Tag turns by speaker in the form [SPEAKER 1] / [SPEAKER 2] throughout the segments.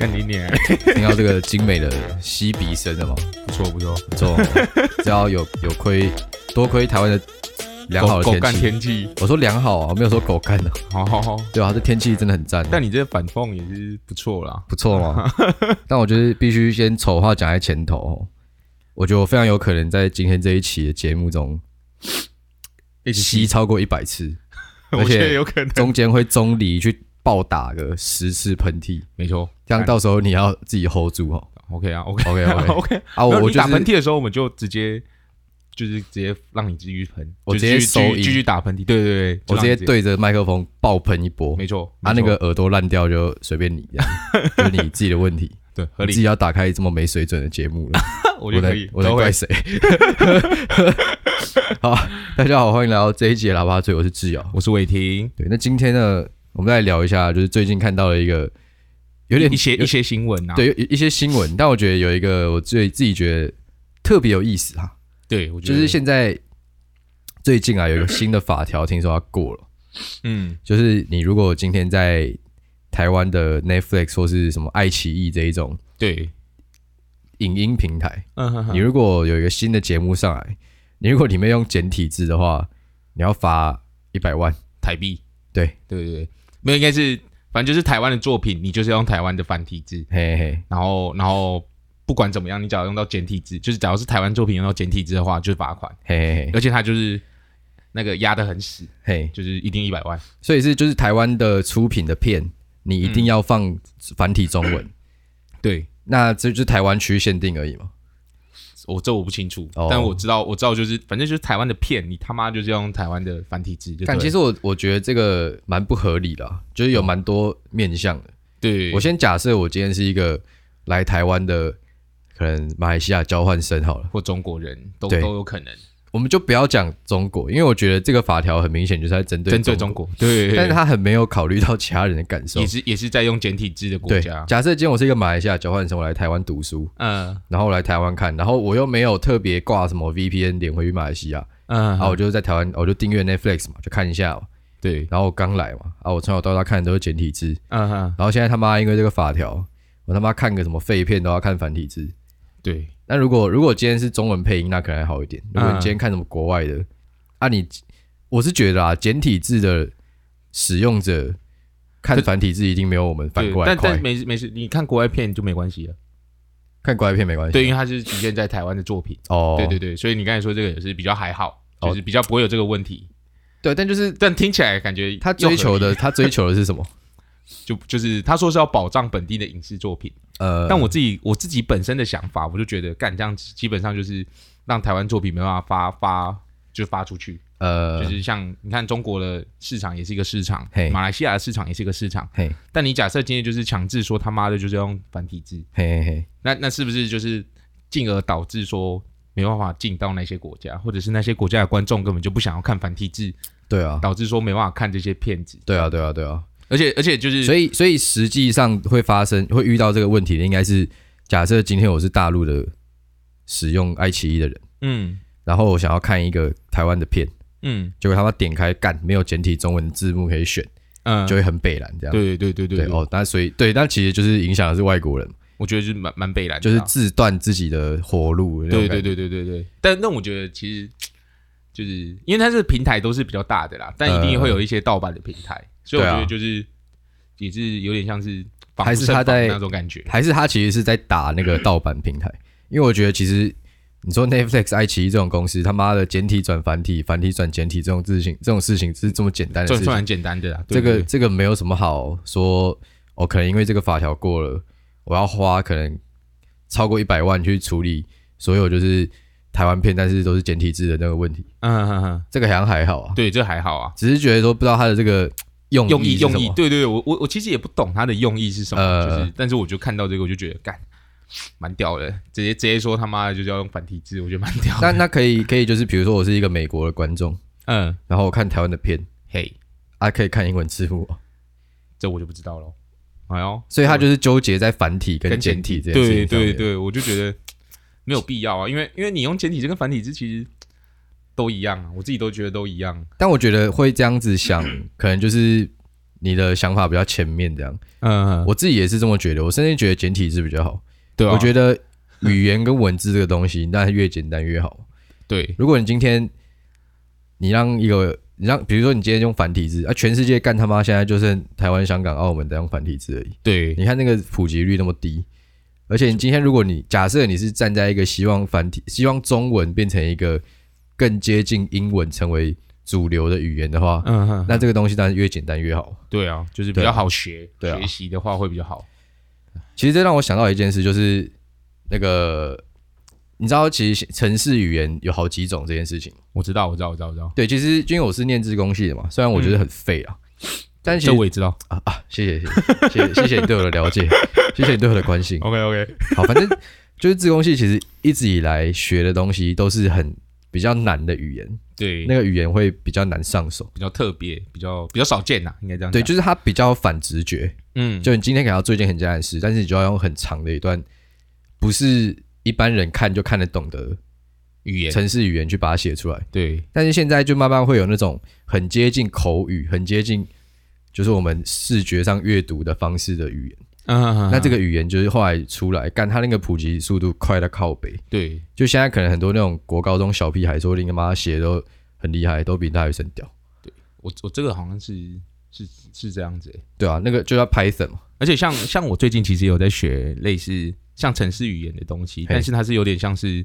[SPEAKER 1] 看你脸，
[SPEAKER 2] 听到这个精美的吸鼻声了吗？
[SPEAKER 1] 不错不错，
[SPEAKER 2] 不 错，只要有有亏，多亏台湾的良好
[SPEAKER 1] 狗狗
[SPEAKER 2] 的天
[SPEAKER 1] 干
[SPEAKER 2] 气。
[SPEAKER 1] 天气，
[SPEAKER 2] 我说良好啊，我没有说狗干的、
[SPEAKER 1] 好好好。
[SPEAKER 2] 对啊，这天气真的很赞，
[SPEAKER 1] 但你这反讽也是不错 啦，
[SPEAKER 2] 不 错嘛。但我觉得必须先丑话讲在前头哦，我觉得我非常有可能在今天这一期的节目中
[SPEAKER 1] 一起
[SPEAKER 2] 吸
[SPEAKER 1] 吸，
[SPEAKER 2] 超过一百次，而
[SPEAKER 1] 我
[SPEAKER 2] 且
[SPEAKER 1] 觉得有可能，
[SPEAKER 2] 中间会中离去暴打个十次喷嚏，
[SPEAKER 1] 没错。
[SPEAKER 2] 这样到时候你要自己 hold 住 哦。
[SPEAKER 1] OK 啊，OK
[SPEAKER 2] OK OK
[SPEAKER 1] OK
[SPEAKER 2] 啊，
[SPEAKER 1] 啊
[SPEAKER 2] 我我就
[SPEAKER 1] 打喷
[SPEAKER 2] 是
[SPEAKER 1] 嚏的时候，我们就直接就是直接让你继续喷，
[SPEAKER 2] 我
[SPEAKER 1] 就
[SPEAKER 2] 直接
[SPEAKER 1] 继续继
[SPEAKER 2] 收
[SPEAKER 1] 续
[SPEAKER 2] 音
[SPEAKER 1] 继续打喷嚏，对对对，
[SPEAKER 2] 我
[SPEAKER 1] 就
[SPEAKER 2] 直
[SPEAKER 1] 让你
[SPEAKER 2] 接，对着麦克风爆喷一波，
[SPEAKER 1] 没错，
[SPEAKER 2] 啊，
[SPEAKER 1] 没错
[SPEAKER 2] 那个耳朵烂掉就随便你，这样 就是你自己的问题，
[SPEAKER 1] 对合
[SPEAKER 2] 你自
[SPEAKER 1] 理，
[SPEAKER 2] 己要打开这么没水准的节目了，
[SPEAKER 1] 我觉
[SPEAKER 2] 我
[SPEAKER 1] 得可
[SPEAKER 2] 在
[SPEAKER 1] 以，
[SPEAKER 2] 我在
[SPEAKER 1] 都会
[SPEAKER 2] 怪谁？ 好，大家好，欢迎来到这一集的喇叭嘴，我是志尧。
[SPEAKER 1] 我是伟霆，
[SPEAKER 2] 对，那今天呢，我们再聊一下，就是最近看到了一个有点
[SPEAKER 1] 一 些
[SPEAKER 2] 有
[SPEAKER 1] 一些新闻啊，
[SPEAKER 2] 对有一些新闻，但我觉得有一个我最自己觉得特别有意思哈、
[SPEAKER 1] 对，我觉
[SPEAKER 2] 就
[SPEAKER 1] 得
[SPEAKER 2] 是现在最近啊有一个新的法条，听说要过了。
[SPEAKER 1] 嗯
[SPEAKER 2] 就是你如果今天在台湾的 Netflix 或是什么爱奇艺这一种
[SPEAKER 1] 对，
[SPEAKER 2] 影音平台，
[SPEAKER 1] 嗯哼哼
[SPEAKER 2] 你如果有一个新的节目上来，你如果里面用简体字的话，你要罚一百万。
[SPEAKER 1] 台币，
[SPEAKER 2] 对，
[SPEAKER 1] 对对对，没有应该是反正就是台湾的作品，你就是要用台湾的繁体字，
[SPEAKER 2] 嘿嘿，
[SPEAKER 1] 然后然后不管怎么样，你只要用到简体字，就是只要是台湾作品用到简体字的话，就是罚款，
[SPEAKER 2] 嘿嘿嘿
[SPEAKER 1] 而且它就是那个压得很死，
[SPEAKER 2] 嘿，
[SPEAKER 1] 就是一定一百万。
[SPEAKER 2] 所以是就是台湾的出品的片，你一定要放繁体中 文。
[SPEAKER 1] 对
[SPEAKER 2] 那这就是台湾区限定而已嘛。
[SPEAKER 1] 我这我不清楚，
[SPEAKER 2] 哦
[SPEAKER 1] 但我知道我知道就是反正就是台湾的片，你他妈就是要用台湾的繁体字，就
[SPEAKER 2] 但
[SPEAKER 1] 对
[SPEAKER 2] 其
[SPEAKER 1] 了
[SPEAKER 2] 实我我觉得这个蛮不合理的啊、就是有蛮多面向的。
[SPEAKER 1] 对，
[SPEAKER 2] 我先假设我今天是一个来台湾的，可能马来西亚交换生好了，
[SPEAKER 1] 或中国人都
[SPEAKER 2] 对
[SPEAKER 1] 都有可能
[SPEAKER 2] 我们就不要讲中国，因为我觉得这个法条很明显就是在针对
[SPEAKER 1] 针对中国，对，
[SPEAKER 2] 但是他很没有考虑到其他人的感受
[SPEAKER 1] 也。是也是在用简体字的国
[SPEAKER 2] 对，
[SPEAKER 1] 家，
[SPEAKER 2] 假设今天我是一个马来西亚交换生，我来台湾读书，
[SPEAKER 1] 嗯
[SPEAKER 2] 然后我来台湾看，然后我又没有特别挂什么 VPN 连回去马来西亚，
[SPEAKER 1] 嗯，
[SPEAKER 2] 然后我就在台湾，我就订阅 Netflix 嘛，就看一下嘛。
[SPEAKER 1] 对，
[SPEAKER 2] 然后我刚来嘛，啊，我从小到大看的都是简体字，
[SPEAKER 1] 嗯哼，
[SPEAKER 2] 然后现在他妈因为这个法条，我他妈看个什么废片都要看繁体字，
[SPEAKER 1] 对，
[SPEAKER 2] 那如果如果今天是中文配音，那可能还好一点。如
[SPEAKER 1] 嗯
[SPEAKER 2] 果你今天看什么国外的，啊你，我是觉得啊，简体字的使用者看繁体字一定没有我们反
[SPEAKER 1] 对
[SPEAKER 2] 过来
[SPEAKER 1] 但
[SPEAKER 2] 快
[SPEAKER 1] 但。没事没事，你看国外片就没关系了，
[SPEAKER 2] 看国外片没关系，
[SPEAKER 1] 对，因为它是局限在台湾的作品，
[SPEAKER 2] 哦，
[SPEAKER 1] 对对
[SPEAKER 2] 对
[SPEAKER 1] 对，所以你刚才说这个也是比较还好，
[SPEAKER 2] 哦
[SPEAKER 1] 就是比较不会有这个问题，
[SPEAKER 2] 对，但就是
[SPEAKER 1] 但听起来感觉
[SPEAKER 2] 他
[SPEAKER 1] 又合
[SPEAKER 2] 追求的，
[SPEAKER 1] 理
[SPEAKER 2] 他追求的是 什么？
[SPEAKER 1] 就就是他说是要保障本地的影视作品。
[SPEAKER 2] 呃，
[SPEAKER 1] 但我自己我自己本身的想法，我就觉得干这样基本上就是让台湾作品没办法发发就发出去，
[SPEAKER 2] 呃，
[SPEAKER 1] 就是像你看中国的市场也是一个市场
[SPEAKER 2] 嘿，
[SPEAKER 1] 马来西亚的市场也是一个市场。
[SPEAKER 2] 嘿
[SPEAKER 1] 但你假设今天就是强制说他妈的就是要用繁体字，
[SPEAKER 2] 嘿嘿嘿，
[SPEAKER 1] 那那是不是就是进而导致说没办法进到那些国家，或者是那些国家的观众根本就不想要看繁体字，
[SPEAKER 2] 对啊，
[SPEAKER 1] 导致说没办法看这些片子，
[SPEAKER 2] 对啊，对啊，对啊。
[SPEAKER 1] 而且而且就是
[SPEAKER 2] 所以所以实际上会发生会遇到这个问题的，应该是假设今天我是大陆的使用爱奇艺的人，
[SPEAKER 1] 嗯
[SPEAKER 2] 然后我想要看一个台湾的片。
[SPEAKER 1] 嗯
[SPEAKER 2] 结果他妈点开干，没有简体中文字幕可以选，
[SPEAKER 1] 嗯，
[SPEAKER 2] 就会很北蓝这样。
[SPEAKER 1] 对对对对对，啊
[SPEAKER 2] 哦，那所以对，那其实就是影响的是外国人，
[SPEAKER 1] 我觉得就是蛮蛮北蓝的
[SPEAKER 2] 就
[SPEAKER 1] 啊，
[SPEAKER 2] 是自断自己的活路的那种
[SPEAKER 1] 对
[SPEAKER 2] 感
[SPEAKER 1] 对
[SPEAKER 2] 觉。
[SPEAKER 1] 对对对对，但那我觉得其实就是因为它这个平台都是比较大的啦，但一定会有一些盗版的平台，所以我
[SPEAKER 2] 嗯对啊
[SPEAKER 1] 觉得就是、也是有点像是防
[SPEAKER 2] 还
[SPEAKER 1] 不
[SPEAKER 2] 是
[SPEAKER 1] 胜
[SPEAKER 2] 他
[SPEAKER 1] 防
[SPEAKER 2] 在
[SPEAKER 1] 那种感觉。
[SPEAKER 2] 还是他其实是在打那个盗版平台，因为我觉得其实你说 Netflix、爱奇艺这种公司，他妈的简体转繁体、繁体转简体这种事情，这种事情是这么简单的
[SPEAKER 1] 算
[SPEAKER 2] 事
[SPEAKER 1] 算
[SPEAKER 2] 情，
[SPEAKER 1] 很简单的啦，
[SPEAKER 2] 这
[SPEAKER 1] 对
[SPEAKER 2] 个
[SPEAKER 1] 对
[SPEAKER 2] 这个没有什么好说。哦，可能因为这个法条过了，我要花可能超过一百万去处理所有就是台湾片，但是都是简体字的那个问题。
[SPEAKER 1] 嗯嗯嗯，
[SPEAKER 2] 这个好像还好啊，
[SPEAKER 1] 对，这还好啊。
[SPEAKER 2] 只是觉得说不知道他的这个用
[SPEAKER 1] 用
[SPEAKER 2] 意
[SPEAKER 1] 意
[SPEAKER 2] 是什
[SPEAKER 1] 用
[SPEAKER 2] 么
[SPEAKER 1] 意，对对对，我我我其实也不懂它的用意是什么，
[SPEAKER 2] 呃
[SPEAKER 1] 就是但是我就看到这个我就觉得干蛮屌的，直接直接说他妈的就是要用繁体字，我觉得蛮屌 的。
[SPEAKER 2] 那那可以可以就是比如说我是一个美国的观众，
[SPEAKER 1] 嗯，
[SPEAKER 2] 然后我看台湾的片，
[SPEAKER 1] 嘿，
[SPEAKER 2] 啊可以看英文字幕，哦
[SPEAKER 1] 这我就不知道喽。哎呦，
[SPEAKER 2] 所以他就是纠结在繁体跟
[SPEAKER 1] 跟
[SPEAKER 2] 简
[SPEAKER 1] 简
[SPEAKER 2] 体这件事
[SPEAKER 1] 对
[SPEAKER 2] 情上面
[SPEAKER 1] 对对，我就觉得没有必要啊，因为因为你用简体字跟繁体字其实都一样啊，我自己都觉得都一样。
[SPEAKER 2] 但我觉得会这样子想，可能就是你的想法比较前面这样。
[SPEAKER 1] 嗯，
[SPEAKER 2] 我自己也是这么觉得，我甚至觉得简体字比较好。
[SPEAKER 1] 对啊，
[SPEAKER 2] 我觉得语言跟文字这个东西，那越简单越好。
[SPEAKER 1] 对，
[SPEAKER 2] 如果你今天你让一个你让，比如说你今天用繁体字啊，全世界干他妈现在就剩台湾、香港、澳门在用繁体字而已。
[SPEAKER 1] 对，
[SPEAKER 2] 你看那个普及率那么低，而且你今天如果你假设你是站在一个希望繁体、希望中文变成一个更接近英文成为主流的语言的话，
[SPEAKER 1] 嗯哼，
[SPEAKER 2] 那这个东西当然越简单越好。
[SPEAKER 1] 对啊，就是比
[SPEAKER 2] 对啊
[SPEAKER 1] 较好学，
[SPEAKER 2] 对啊
[SPEAKER 1] 学习的话会比较好。
[SPEAKER 2] 其实这让我想到一件事，就是那个你知道，其实城市语言有好几种这件事情。
[SPEAKER 1] 我知道，我知道，我知道，我知道，
[SPEAKER 2] 对，其实因为我是念自工系的嘛，虽然我觉得很废啊，但
[SPEAKER 1] 嗯
[SPEAKER 2] 其
[SPEAKER 1] 这
[SPEAKER 2] 实
[SPEAKER 1] 我也知道。
[SPEAKER 2] 啊啊，谢谢谢谢谢谢谢谢你对我的了 解，谢谢你对我的关心。
[SPEAKER 1] OK OK，
[SPEAKER 2] 好，反正就是自工系其实一直以来学的东西都是很比较难的语言，
[SPEAKER 1] 对，
[SPEAKER 2] 那个语言会比较难上手。
[SPEAKER 1] 比较特别，比较比较少见啊呐，应该这样
[SPEAKER 2] 对，
[SPEAKER 1] 讲。
[SPEAKER 2] 就是它比较反直觉，
[SPEAKER 1] 嗯，
[SPEAKER 2] 就你今天给他做一件很简单的事，但是你就要用很长的一段，不是一般人看就看得懂的
[SPEAKER 1] 语言，
[SPEAKER 2] 城市语言去把它写出来。
[SPEAKER 1] 对，
[SPEAKER 2] 但是现在就慢慢会有那种很接近口语、很接近就是我们视觉上阅读的方式的语言。
[SPEAKER 1] 嗯，
[SPEAKER 2] 那这
[SPEAKER 1] 个
[SPEAKER 2] 个语言就是后来出来，干它那个普及速度快到靠北。
[SPEAKER 1] 对，
[SPEAKER 2] 就现在可能很多那种国高中小屁孩说你他妈写得都很厉害，都比大学生屌，
[SPEAKER 1] 我我这个好像是是是这样子欸，
[SPEAKER 2] 对啊，那个就叫 Python 嘛，
[SPEAKER 1] 而且像像我最近其实有在学类似像城市语言的东西，但是它是有点像是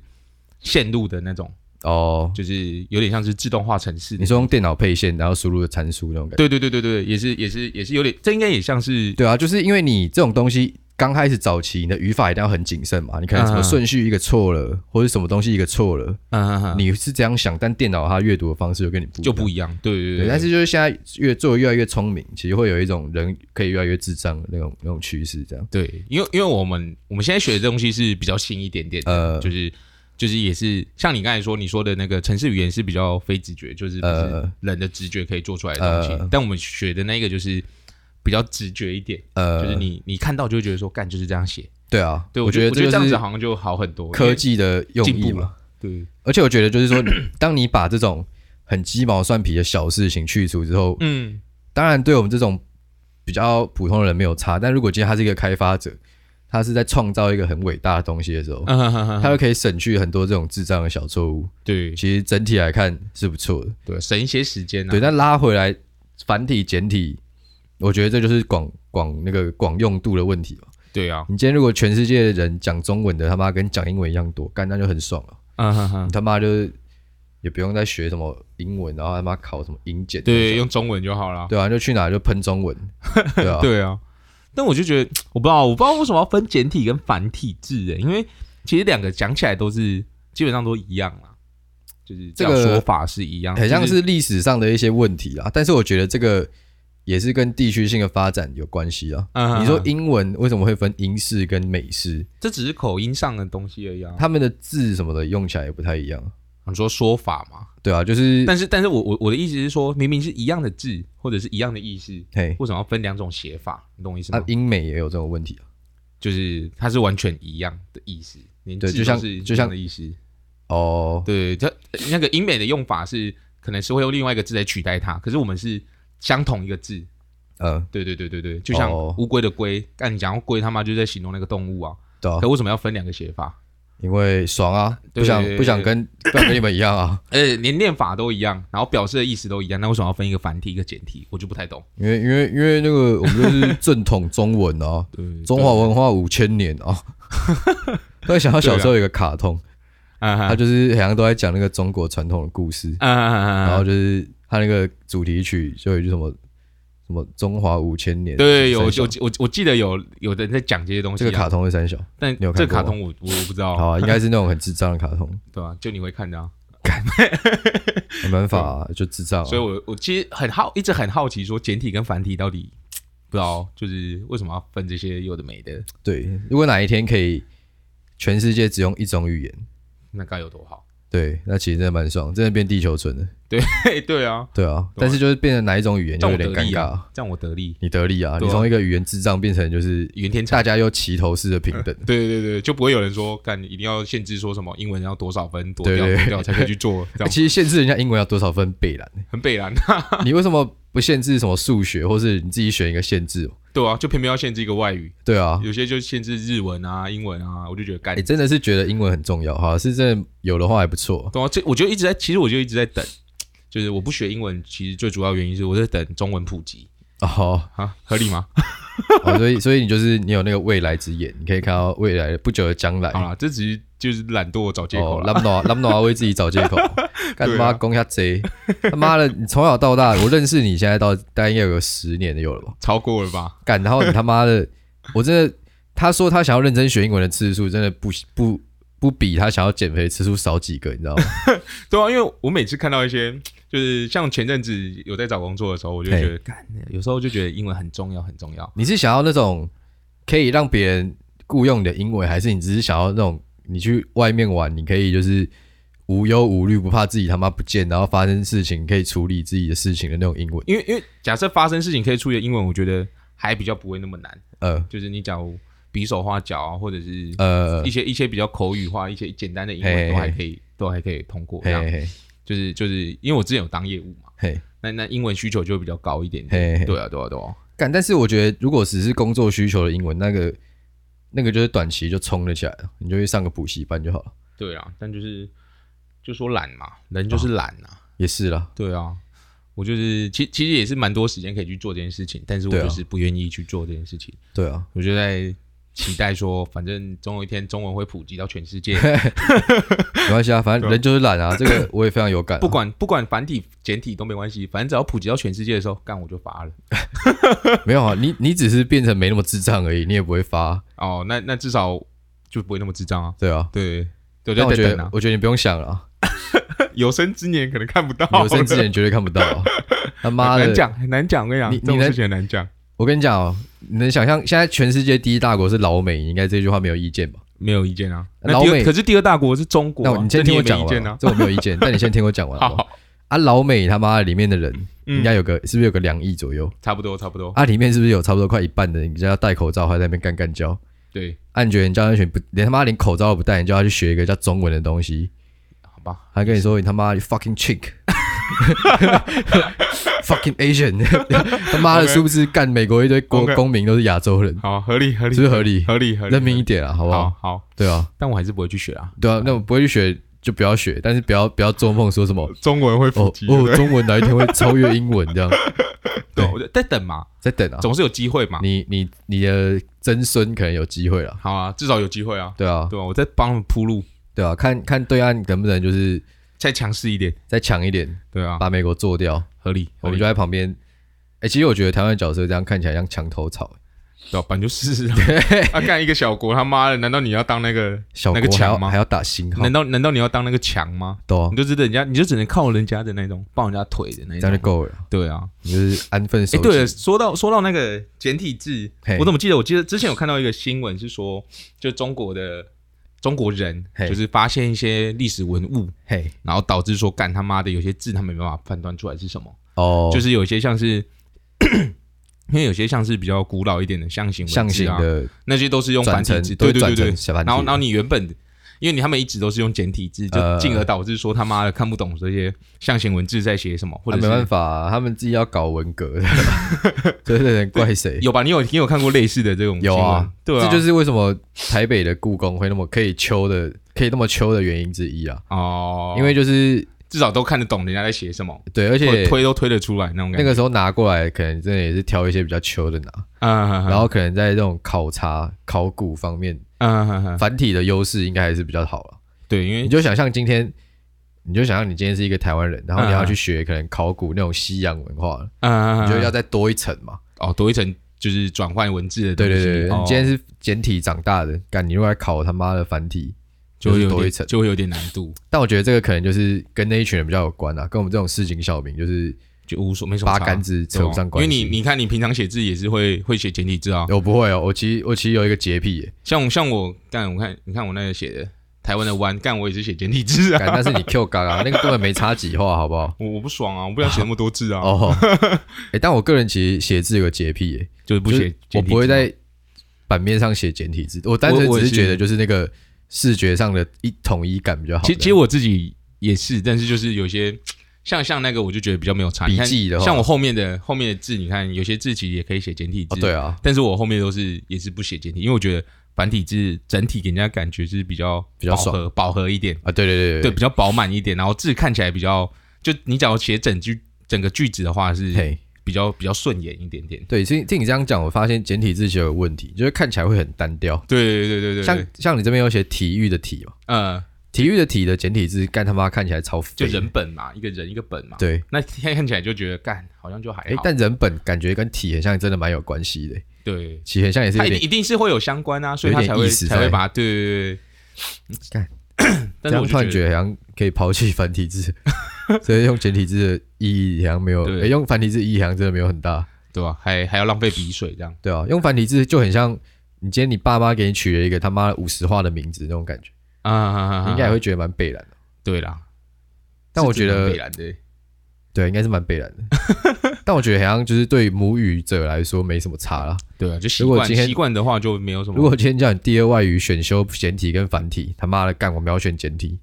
[SPEAKER 1] 线路的那种，
[SPEAKER 2] 哦，
[SPEAKER 1] 就是有点像是自动化城市的。
[SPEAKER 2] 你说用电脑配线，然后输入的参数那种感觉，
[SPEAKER 1] 对对对对对，也是也是也是有点，这应该也像是
[SPEAKER 2] 对啊，就是因为你这种东西刚开始早期，你的语法一定要很谨慎嘛，你可能什么
[SPEAKER 1] 嗯
[SPEAKER 2] 顺序一个错了，或者什么东西一个错了，
[SPEAKER 1] 嗯嗯嗯，
[SPEAKER 2] 你是这样想，但电脑它阅读的方式就跟你不一样
[SPEAKER 1] 就不一样，对对
[SPEAKER 2] 对，但是就是现在越做得越来越聪明，其实会有一种人可以越来越智障的那种那种趋势，这样。
[SPEAKER 1] 对，因为因为我们我们现在学的东西是比较新一点点的，
[SPEAKER 2] 呃
[SPEAKER 1] 就是就是也是像你刚才说你说的那个城市语言是比较非直觉，就是不
[SPEAKER 2] 呃
[SPEAKER 1] 是人的直觉可以做出来的东西，
[SPEAKER 2] 呃
[SPEAKER 1] 但我们学的那个就是比较直觉一点，
[SPEAKER 2] 呃，
[SPEAKER 1] 就是你你看到就会觉得说干就是这样写，
[SPEAKER 2] 对啊，
[SPEAKER 1] 对
[SPEAKER 2] 我
[SPEAKER 1] 觉
[SPEAKER 2] 得
[SPEAKER 1] 我觉
[SPEAKER 2] 这
[SPEAKER 1] 得这
[SPEAKER 2] 就
[SPEAKER 1] 样
[SPEAKER 2] 是
[SPEAKER 1] 子好像就好很多，
[SPEAKER 2] 科技的
[SPEAKER 1] 因
[SPEAKER 2] 用
[SPEAKER 1] 为进
[SPEAKER 2] 意
[SPEAKER 1] 步
[SPEAKER 2] 嘛。
[SPEAKER 1] 了，对，
[SPEAKER 2] 而且我觉得就是说， 当你把这种很鸡毛蒜皮的小事情去除之后，
[SPEAKER 1] 嗯，
[SPEAKER 2] 当然对我们这种比较普通的人没有差，但如果今天他是一个开发者，他是在创造一个很伟大的东西的时候，
[SPEAKER 1] 嗯
[SPEAKER 2] 他就可以省去很多这种智障的小错误。
[SPEAKER 1] 对
[SPEAKER 2] 其实整体来看是不错的。
[SPEAKER 1] 对，省一些时间啊，
[SPEAKER 2] 对，但拉回来繁体简体，我觉得这就是广广那个广用度的问题嘛。
[SPEAKER 1] 对啊，
[SPEAKER 2] 你今天如果全世界的人讲中文的他妈跟讲英文一样多，干那就很爽了。
[SPEAKER 1] 嗯 哼哼
[SPEAKER 2] 你，他妈就是也不用再学什么英文，然后他妈考什么英检，
[SPEAKER 1] 对，用中文就好了，
[SPEAKER 2] 对啊，就去哪就喷中 文，对啊，
[SPEAKER 1] 对啊，但我就觉得我不知道，我不知道为什么要分简体跟繁体字欸诶，因为其实两个讲起来都是基本上都一样啦，就是
[SPEAKER 2] 这
[SPEAKER 1] 样
[SPEAKER 2] 个
[SPEAKER 1] 说法是一样，
[SPEAKER 2] 很像
[SPEAKER 1] 就是
[SPEAKER 2] 历史上的一些问题啊。但是我觉得这个也是跟地区性的发展有关系啊。
[SPEAKER 1] 嗯嗯
[SPEAKER 2] 你说
[SPEAKER 1] 嗯
[SPEAKER 2] 英文为什么会分英式跟美式？
[SPEAKER 1] 这只是口音上的东西而已啊。
[SPEAKER 2] 他们的字什么的用起来也不太一样，
[SPEAKER 1] 你说说法嘛，
[SPEAKER 2] 对啊，就是
[SPEAKER 1] 但是但是我我我的意思是说，明明是一样的字或者是一样的意思，
[SPEAKER 2] 嘿，
[SPEAKER 1] 为什么要分两种写法？你懂我意思吗？
[SPEAKER 2] 啊，英美也有这种问题啊。
[SPEAKER 1] 就是它是完全一样的意思，连
[SPEAKER 2] 对
[SPEAKER 1] 字
[SPEAKER 2] 就像
[SPEAKER 1] 都是一样
[SPEAKER 2] 就像
[SPEAKER 1] 的意思。
[SPEAKER 2] 哦，
[SPEAKER 1] 对，它那个英美的用法是可能是会用另外一个字来取代它，可是我们是相同一个字，
[SPEAKER 2] 嗯，
[SPEAKER 1] 对对对对对，就像
[SPEAKER 2] 哦
[SPEAKER 1] 乌龟的龟，但你讲到龟，他妈就在形容那个动物啊。
[SPEAKER 2] 对啊
[SPEAKER 1] 可，为什么要分两个写法？
[SPEAKER 2] 因为爽啊，不
[SPEAKER 1] 对
[SPEAKER 2] 想
[SPEAKER 1] 对
[SPEAKER 2] 不想跟 不想跟你们一样啊，
[SPEAKER 1] 呃，连念法都一样，然后表示的意思都一样，那为什么要分一个繁体一个简体？我就不太懂。
[SPEAKER 2] 因为因为因为那个我们就是正统中文啊，
[SPEAKER 1] 对，
[SPEAKER 2] 中华文化五千年 啊。突然想到小时候有一个卡通，
[SPEAKER 1] 啊
[SPEAKER 2] 它就是好像都在讲那个中国传统的故事，
[SPEAKER 1] 啊
[SPEAKER 2] 然后
[SPEAKER 1] 啊！
[SPEAKER 2] 就是它那个主题曲就有一句什么什么“中华五千年”，
[SPEAKER 1] 对，有
[SPEAKER 2] 三
[SPEAKER 1] 有
[SPEAKER 2] 小
[SPEAKER 1] 我我记得有有人在讲这些东西
[SPEAKER 2] 这
[SPEAKER 1] 啊，
[SPEAKER 2] 个卡通是三小，
[SPEAKER 1] 但
[SPEAKER 2] 你有
[SPEAKER 1] 这
[SPEAKER 2] 看
[SPEAKER 1] 个卡
[SPEAKER 2] 过吗
[SPEAKER 1] 通我我我不知道，
[SPEAKER 2] 好啊，应该是那种很智障的卡 通，
[SPEAKER 1] 对吧？就你会看的啊，
[SPEAKER 2] 没办法啊，就智障啊。
[SPEAKER 1] 所以我我其实很好，一直很好奇，说简体跟繁体到底不知道，就是为什么要分这些有的没的，
[SPEAKER 2] 对，如果哪一天可以全世界只用一种语言，
[SPEAKER 1] 那该有多好？
[SPEAKER 2] 对，那其实真的蛮爽，真的变地球村了。
[SPEAKER 1] 嘿，对啊，
[SPEAKER 2] 对啊，但是就是变成哪一种语言
[SPEAKER 1] 这
[SPEAKER 2] 就
[SPEAKER 1] 样
[SPEAKER 2] 有
[SPEAKER 1] 我
[SPEAKER 2] 点
[SPEAKER 1] 得
[SPEAKER 2] 尴
[SPEAKER 1] 利
[SPEAKER 2] 尬
[SPEAKER 1] 啊
[SPEAKER 2] 啊。，
[SPEAKER 1] 这样我得利。
[SPEAKER 2] 你得利啊，
[SPEAKER 1] 对啊
[SPEAKER 2] 你从一个语言智障变成就是
[SPEAKER 1] 云天
[SPEAKER 2] 大家又齐头式的平等，
[SPEAKER 1] 对对对，就不会有人说，干你一定要限制说什么英文要多少分多掉
[SPEAKER 2] 对对 哎
[SPEAKER 1] 多掉才可以去做，这样
[SPEAKER 2] 其实限制人家英文要多少分贝兰，
[SPEAKER 1] 很北蓝。啊
[SPEAKER 2] 你为什么不限制什么数学，或是你自己选一个限制。哦
[SPEAKER 1] 对啊，就偏偏要限制一个外语，
[SPEAKER 2] 对啊，哎
[SPEAKER 1] 有些就限制日文啊、英文啊，我就觉得干
[SPEAKER 2] 你、。真的是觉得英文很重要哈，是真的有的话还不错。
[SPEAKER 1] 对啊，这我就一直在，其实我就一直在等，就是我不学英文，其实最主要原因是我在等中文普及
[SPEAKER 2] 哦，
[SPEAKER 1] 啊，合理吗？
[SPEAKER 2] 哦所以所 以你就是你有那个未来之眼，你可以看到未来不久的将来。
[SPEAKER 1] 好啦，这只是就是懒惰找借口
[SPEAKER 2] 哦
[SPEAKER 1] 啦。
[SPEAKER 2] ，Lambda Lambda 为自己找借口，干他
[SPEAKER 1] 对啊
[SPEAKER 2] 妈攻下贼，他妈的，你从小到大，我认识你现在到大概应该有个十年的有了吧？
[SPEAKER 1] 超过了吧？
[SPEAKER 2] 干，然后你他妈的，我真的，他说他想要认真学英文的次数，真的不不不比他想要减肥的次数少几个，你知 道吗？
[SPEAKER 1] 对啊，因为我每次看到一些，就是像前阵子有在找工作的时候，我就觉得，干，有时候就觉得英文很重要，很重要。
[SPEAKER 2] 你是想要那种可以让别人雇佣你的英文，还是你只是想要那种你去外面玩，你可以就是无忧无虑，不怕自己他妈不见，然后发生事情可以处理自己的事情的那种英文？
[SPEAKER 1] 因为因为假设发生事情可以处理的英文，我觉得还比较不会那么难。
[SPEAKER 2] 呃
[SPEAKER 1] 就是你假如比手画脚啊，或者是
[SPEAKER 2] 呃
[SPEAKER 1] 一，些一些比较口语化、一些简单的英文
[SPEAKER 2] 嘿
[SPEAKER 1] 都还可以，都还可以通过。这
[SPEAKER 2] 嘿
[SPEAKER 1] 样
[SPEAKER 2] 嘿
[SPEAKER 1] 就是就是因为我之前有当业务嘛，
[SPEAKER 2] 嘿
[SPEAKER 1] 那那英文需求就会比较高一点点。
[SPEAKER 2] 嘿嘿，
[SPEAKER 1] 对啊，对啊，对啊，
[SPEAKER 2] 干，但是我觉得如果只是工作需求的英文，那个那个就是短期就冲了起来了，你就去上个补习班就好了。
[SPEAKER 1] 对啊。但就是就说懒嘛，人就是懒啊。
[SPEAKER 2] 也是啦，
[SPEAKER 1] 对啊，我就是其其实也是蛮多时间可以去做这件事情，但是我
[SPEAKER 2] 对啊
[SPEAKER 1] 就是不愿意去做这件事情。
[SPEAKER 2] 对啊，
[SPEAKER 1] 我就在期待说，反正总有一天中文会普及到全世界，
[SPEAKER 2] 没关系啊，反正人就是懒啊，这个我也非常有感啊、
[SPEAKER 1] 不管不管繁体简体都没关系，反正只要普及到全世界的时候，干我就发了。
[SPEAKER 2] 没有啊，你你只是变成没那么智障而已，你也不会发，
[SPEAKER 1] 哦，那那至少就不会那么智障啊。
[SPEAKER 2] 对啊。
[SPEAKER 1] 对，对，
[SPEAKER 2] 但
[SPEAKER 1] 我就
[SPEAKER 2] 我觉
[SPEAKER 1] 在等
[SPEAKER 2] 得
[SPEAKER 1] 啊，。
[SPEAKER 2] 我觉得你不用想了啊，
[SPEAKER 1] 有生之年可能看不到，
[SPEAKER 2] 有生之年绝对看不到啊。他妈
[SPEAKER 1] 很
[SPEAKER 2] 的
[SPEAKER 1] 难，讲，很难讲。我跟你讲，
[SPEAKER 2] 你
[SPEAKER 1] 这种
[SPEAKER 2] 你能
[SPEAKER 1] 事情很难讲。
[SPEAKER 2] 我跟你讲哦，你能想象现在全世界第一大国是老美，你应该这句话没有意见吧？
[SPEAKER 1] 没有意见啊。那
[SPEAKER 2] 老
[SPEAKER 1] 第二
[SPEAKER 2] 美
[SPEAKER 1] 可是第二大国是中国、
[SPEAKER 2] 那
[SPEAKER 1] 啊，
[SPEAKER 2] 我你先
[SPEAKER 1] 这
[SPEAKER 2] 听
[SPEAKER 1] 你
[SPEAKER 2] 我
[SPEAKER 1] 也没
[SPEAKER 2] 讲
[SPEAKER 1] 意
[SPEAKER 2] 完
[SPEAKER 1] 见
[SPEAKER 2] 啊
[SPEAKER 1] 啊。，
[SPEAKER 2] 这我没有意见，但你先听我讲 完好不好
[SPEAKER 1] 好，
[SPEAKER 2] 啊，老美他妈的里面的人应
[SPEAKER 1] 嗯
[SPEAKER 2] 该有个是不是有个两亿左右？
[SPEAKER 1] 差不多，差不多。
[SPEAKER 2] 啊，里面是不是有差不多快一半的人家戴口罩还在那边干干叫？
[SPEAKER 1] 对，
[SPEAKER 2] 啊，你觉得你叫他选不连他妈连口罩都不戴，你叫他去学一个叫中文的东西，
[SPEAKER 1] 好吧。
[SPEAKER 2] 还跟你说你他妈 you fucking chick，fucking Asian，他 妈的
[SPEAKER 1] OK
[SPEAKER 2] 是不是干美国一堆国
[SPEAKER 1] OK
[SPEAKER 2] 公民都是亚洲人，
[SPEAKER 1] 好，合理合理，
[SPEAKER 2] 是不是合理？
[SPEAKER 1] 合理合理，
[SPEAKER 2] 认命一点啊，好不
[SPEAKER 1] 好
[SPEAKER 2] 好？
[SPEAKER 1] 好，
[SPEAKER 2] 对啊，
[SPEAKER 1] 但我还是不会去学啊。
[SPEAKER 2] 对啊，那我不会去学就不要学，但是不要不要做梦说什么
[SPEAKER 1] 中文会
[SPEAKER 2] 哦哦，中文哪一天会超越英文这样，
[SPEAKER 1] 对，
[SPEAKER 2] 对
[SPEAKER 1] 我就在等嘛，
[SPEAKER 2] 在等啊，
[SPEAKER 1] 总是有机会嘛。
[SPEAKER 2] 你你你的曾孙可能有机会了，
[SPEAKER 1] 好啊，至少有机会啊，
[SPEAKER 2] 对啊，
[SPEAKER 1] 对吧？我在帮他们铺路，
[SPEAKER 2] 对啊，看看对岸能不能就是
[SPEAKER 1] 再强势一点，
[SPEAKER 2] 再强一点，
[SPEAKER 1] 对啊，
[SPEAKER 2] 把美国做掉，
[SPEAKER 1] 合理，
[SPEAKER 2] 我
[SPEAKER 1] 合
[SPEAKER 2] 们
[SPEAKER 1] 理
[SPEAKER 2] 就，在旁边。哎、其实我觉得台湾的角色这样看起来像墙头草，
[SPEAKER 1] 对吧，反正 就是啊啊，干一个小国，他妈的，难道你要当那个？
[SPEAKER 2] 小
[SPEAKER 1] 那个
[SPEAKER 2] 国还要
[SPEAKER 1] 墙吗
[SPEAKER 2] 还要打星号
[SPEAKER 1] 难，道难道你要当那个强吗？
[SPEAKER 2] 对啊
[SPEAKER 1] 你，就只能人家，你就只能靠人家的那种，抱人家腿的那
[SPEAKER 2] 这样就
[SPEAKER 1] 种。
[SPEAKER 2] 够了，
[SPEAKER 1] 对啊，
[SPEAKER 2] 你就是安分守
[SPEAKER 1] 哎，
[SPEAKER 2] 己。
[SPEAKER 1] 对了，说到说到那个简体字
[SPEAKER 2] 嘿，
[SPEAKER 1] 我怎么记得？我记得之前有看到一个新闻是说，就中国的中国人
[SPEAKER 2] 嘿
[SPEAKER 1] 就是发现一些历史文物，
[SPEAKER 2] 嘿，
[SPEAKER 1] 然后导致说干他妈的有些字他们没办法判断出来是什么，
[SPEAKER 2] 哦，
[SPEAKER 1] 就是是有些像是。 因为有些像是比较古老一点的象形文字啊
[SPEAKER 2] 象形的
[SPEAKER 1] 那些都是用繁
[SPEAKER 2] 转
[SPEAKER 1] 体
[SPEAKER 2] 成
[SPEAKER 1] 字，，
[SPEAKER 2] 都
[SPEAKER 1] 对
[SPEAKER 2] 是
[SPEAKER 1] 对对
[SPEAKER 2] 转
[SPEAKER 1] 对
[SPEAKER 2] 成。小繁体
[SPEAKER 1] 然后然后
[SPEAKER 2] 的
[SPEAKER 1] 你原本，因为你他们一直都是用简体字，就
[SPEAKER 2] 呃
[SPEAKER 1] 进而导致说他妈的看不懂这些象形文字在写什么，或
[SPEAKER 2] 啊
[SPEAKER 1] 者
[SPEAKER 2] 没办
[SPEAKER 1] 是
[SPEAKER 2] 法啊、他们自己要搞文革， 所以这能怪谁？
[SPEAKER 1] 有吧？你有你有看过类似的这种
[SPEAKER 2] 有
[SPEAKER 1] 新
[SPEAKER 2] 啊
[SPEAKER 1] 闻， 对啊，
[SPEAKER 2] 这就是为什么台北的故宫会那么可以秋的，可以那么秋的原因之一啊。
[SPEAKER 1] 哦，
[SPEAKER 2] 因为就是
[SPEAKER 1] 至少都看得懂人家在写什么，
[SPEAKER 2] 对，而
[SPEAKER 1] 或
[SPEAKER 2] 且
[SPEAKER 1] 者推都推得出来那种感
[SPEAKER 2] 那
[SPEAKER 1] 觉。
[SPEAKER 2] 个时候拿过来，可能真的也是挑一些比较秋的拿，
[SPEAKER 1] 嗯，
[SPEAKER 2] 然后可能在这种考察、考古方面，
[SPEAKER 1] 嗯嗯嗯，
[SPEAKER 2] 繁体的优势应该还是比较好了。
[SPEAKER 1] 对，因为
[SPEAKER 2] 你就想象今天，你就想象你今天是一个台湾人，然后你
[SPEAKER 1] 嗯
[SPEAKER 2] 要去学可能考古那种西洋文化，
[SPEAKER 1] 嗯，
[SPEAKER 2] 你
[SPEAKER 1] 嗯
[SPEAKER 2] 就
[SPEAKER 1] 嗯
[SPEAKER 2] 要再多一层嘛。
[SPEAKER 1] 哦多一层就是转换文字的东
[SPEAKER 2] 对
[SPEAKER 1] 西。
[SPEAKER 2] 对对，
[SPEAKER 1] 哦
[SPEAKER 2] 你今天是简体长大的，干你如果来考他妈的繁体，
[SPEAKER 1] 就会
[SPEAKER 2] 是
[SPEAKER 1] 有
[SPEAKER 2] 多一
[SPEAKER 1] 点
[SPEAKER 2] 层。
[SPEAKER 1] 就会有点难度，
[SPEAKER 2] 但我觉得这个可能就是跟那一群人比较有关啊，跟我们这种市井小民就是
[SPEAKER 1] 就无所没什么
[SPEAKER 2] 八
[SPEAKER 1] 差
[SPEAKER 2] 竿子
[SPEAKER 1] 对
[SPEAKER 2] 扯
[SPEAKER 1] 哦
[SPEAKER 2] 不上关
[SPEAKER 1] 因为
[SPEAKER 2] 系。
[SPEAKER 1] 你你看你平常写字也是会会写简体字啊，
[SPEAKER 2] 我不会哦，我其实我其实有一个洁癖耶，
[SPEAKER 1] 像像我干我看你看我那个写的台湾的湾 干我也是写简体字啊，
[SPEAKER 2] 干但是你 Q 嘎嘎那个根本没差几画，好不好？
[SPEAKER 1] 我我不爽啊，我不想写那么多字啊，
[SPEAKER 2] 哦， 哎，但我个人其实写字有个洁癖耶，
[SPEAKER 1] 就是不
[SPEAKER 2] 就
[SPEAKER 1] 写
[SPEAKER 2] 是
[SPEAKER 1] 简体字啊
[SPEAKER 2] 我不会在版面上写简体字，我单纯
[SPEAKER 1] 我我
[SPEAKER 2] 只
[SPEAKER 1] 也
[SPEAKER 2] 是
[SPEAKER 1] 是
[SPEAKER 2] 觉得就是那个视觉上的一统一感比较好。
[SPEAKER 1] 其其实我自己也是，但是就是有些像像那个我就觉得比较没有差。
[SPEAKER 2] 笔
[SPEAKER 1] 你看
[SPEAKER 2] 记的话
[SPEAKER 1] 像我后面的后面的字，你看有些字其实也可以写简体
[SPEAKER 2] 哦，
[SPEAKER 1] 字，
[SPEAKER 2] 对啊，
[SPEAKER 1] 但是我后面都是也是不写简体，因为我觉得繁体字整体给人家感觉是比较
[SPEAKER 2] 比较
[SPEAKER 1] 饱
[SPEAKER 2] 爽
[SPEAKER 1] 和饱和一点，
[SPEAKER 2] 啊，对对对
[SPEAKER 1] 对，比较饱满一点，然后字看起来比较就你只要写整句整个句子的话是
[SPEAKER 2] 嘿，
[SPEAKER 1] 比较比较顺眼一点点。
[SPEAKER 2] 对，听听你这样讲，我发现简体字写有问题，就是看起来会很单调。
[SPEAKER 1] 对对对对对，
[SPEAKER 2] 像
[SPEAKER 1] 对
[SPEAKER 2] 像你这边有写体育的体嘛，
[SPEAKER 1] 呃，
[SPEAKER 2] 体育的体的简体字，干他妈看起来超
[SPEAKER 1] 就
[SPEAKER 2] 废的。
[SPEAKER 1] 人本嘛，一个人一个本嘛，，
[SPEAKER 2] 对，
[SPEAKER 1] 那天看起来就觉得干好像就还
[SPEAKER 2] 哎、
[SPEAKER 1] 好，
[SPEAKER 2] 但人本感觉跟体很像，真的蛮有关系的。
[SPEAKER 1] 对。
[SPEAKER 2] 体很像也是有
[SPEAKER 1] 它一定
[SPEAKER 2] 点
[SPEAKER 1] 一定是会有相关啊，所以它
[SPEAKER 2] 有点
[SPEAKER 1] 才会
[SPEAKER 2] 意思
[SPEAKER 1] 才会
[SPEAKER 2] 在
[SPEAKER 1] 把它对对对对 但
[SPEAKER 2] 这
[SPEAKER 1] 是
[SPEAKER 2] 样
[SPEAKER 1] 我
[SPEAKER 2] 突然
[SPEAKER 1] 就
[SPEAKER 2] 觉
[SPEAKER 1] 觉
[SPEAKER 2] 得好像可以抛弃繁 体字，所以用简体字的意义好像没有，
[SPEAKER 1] 对
[SPEAKER 2] 诶用繁体字意义好像真的没有很大，
[SPEAKER 1] 对吧？还还要浪费笔水这样，
[SPEAKER 2] 对啊，用繁体字就很像你今天你爸妈给你取了一个他妈五十画的名字那种感觉，
[SPEAKER 1] 啊啊啊啊
[SPEAKER 2] 你应该也会觉得蛮北然的，
[SPEAKER 1] 对啦。
[SPEAKER 2] 但我觉
[SPEAKER 1] 是
[SPEAKER 2] 得
[SPEAKER 1] 真的很北兰的
[SPEAKER 2] 对，应该是蛮北然的， 但我觉得好像就是对母语者来说没什么差啦。
[SPEAKER 1] 对啊，就习
[SPEAKER 2] 如果
[SPEAKER 1] 惯
[SPEAKER 2] 今天
[SPEAKER 1] 习惯的话就没有什么。
[SPEAKER 2] 如果今天叫你第二外语选修简体跟繁体，他妈的干，我们要选简体，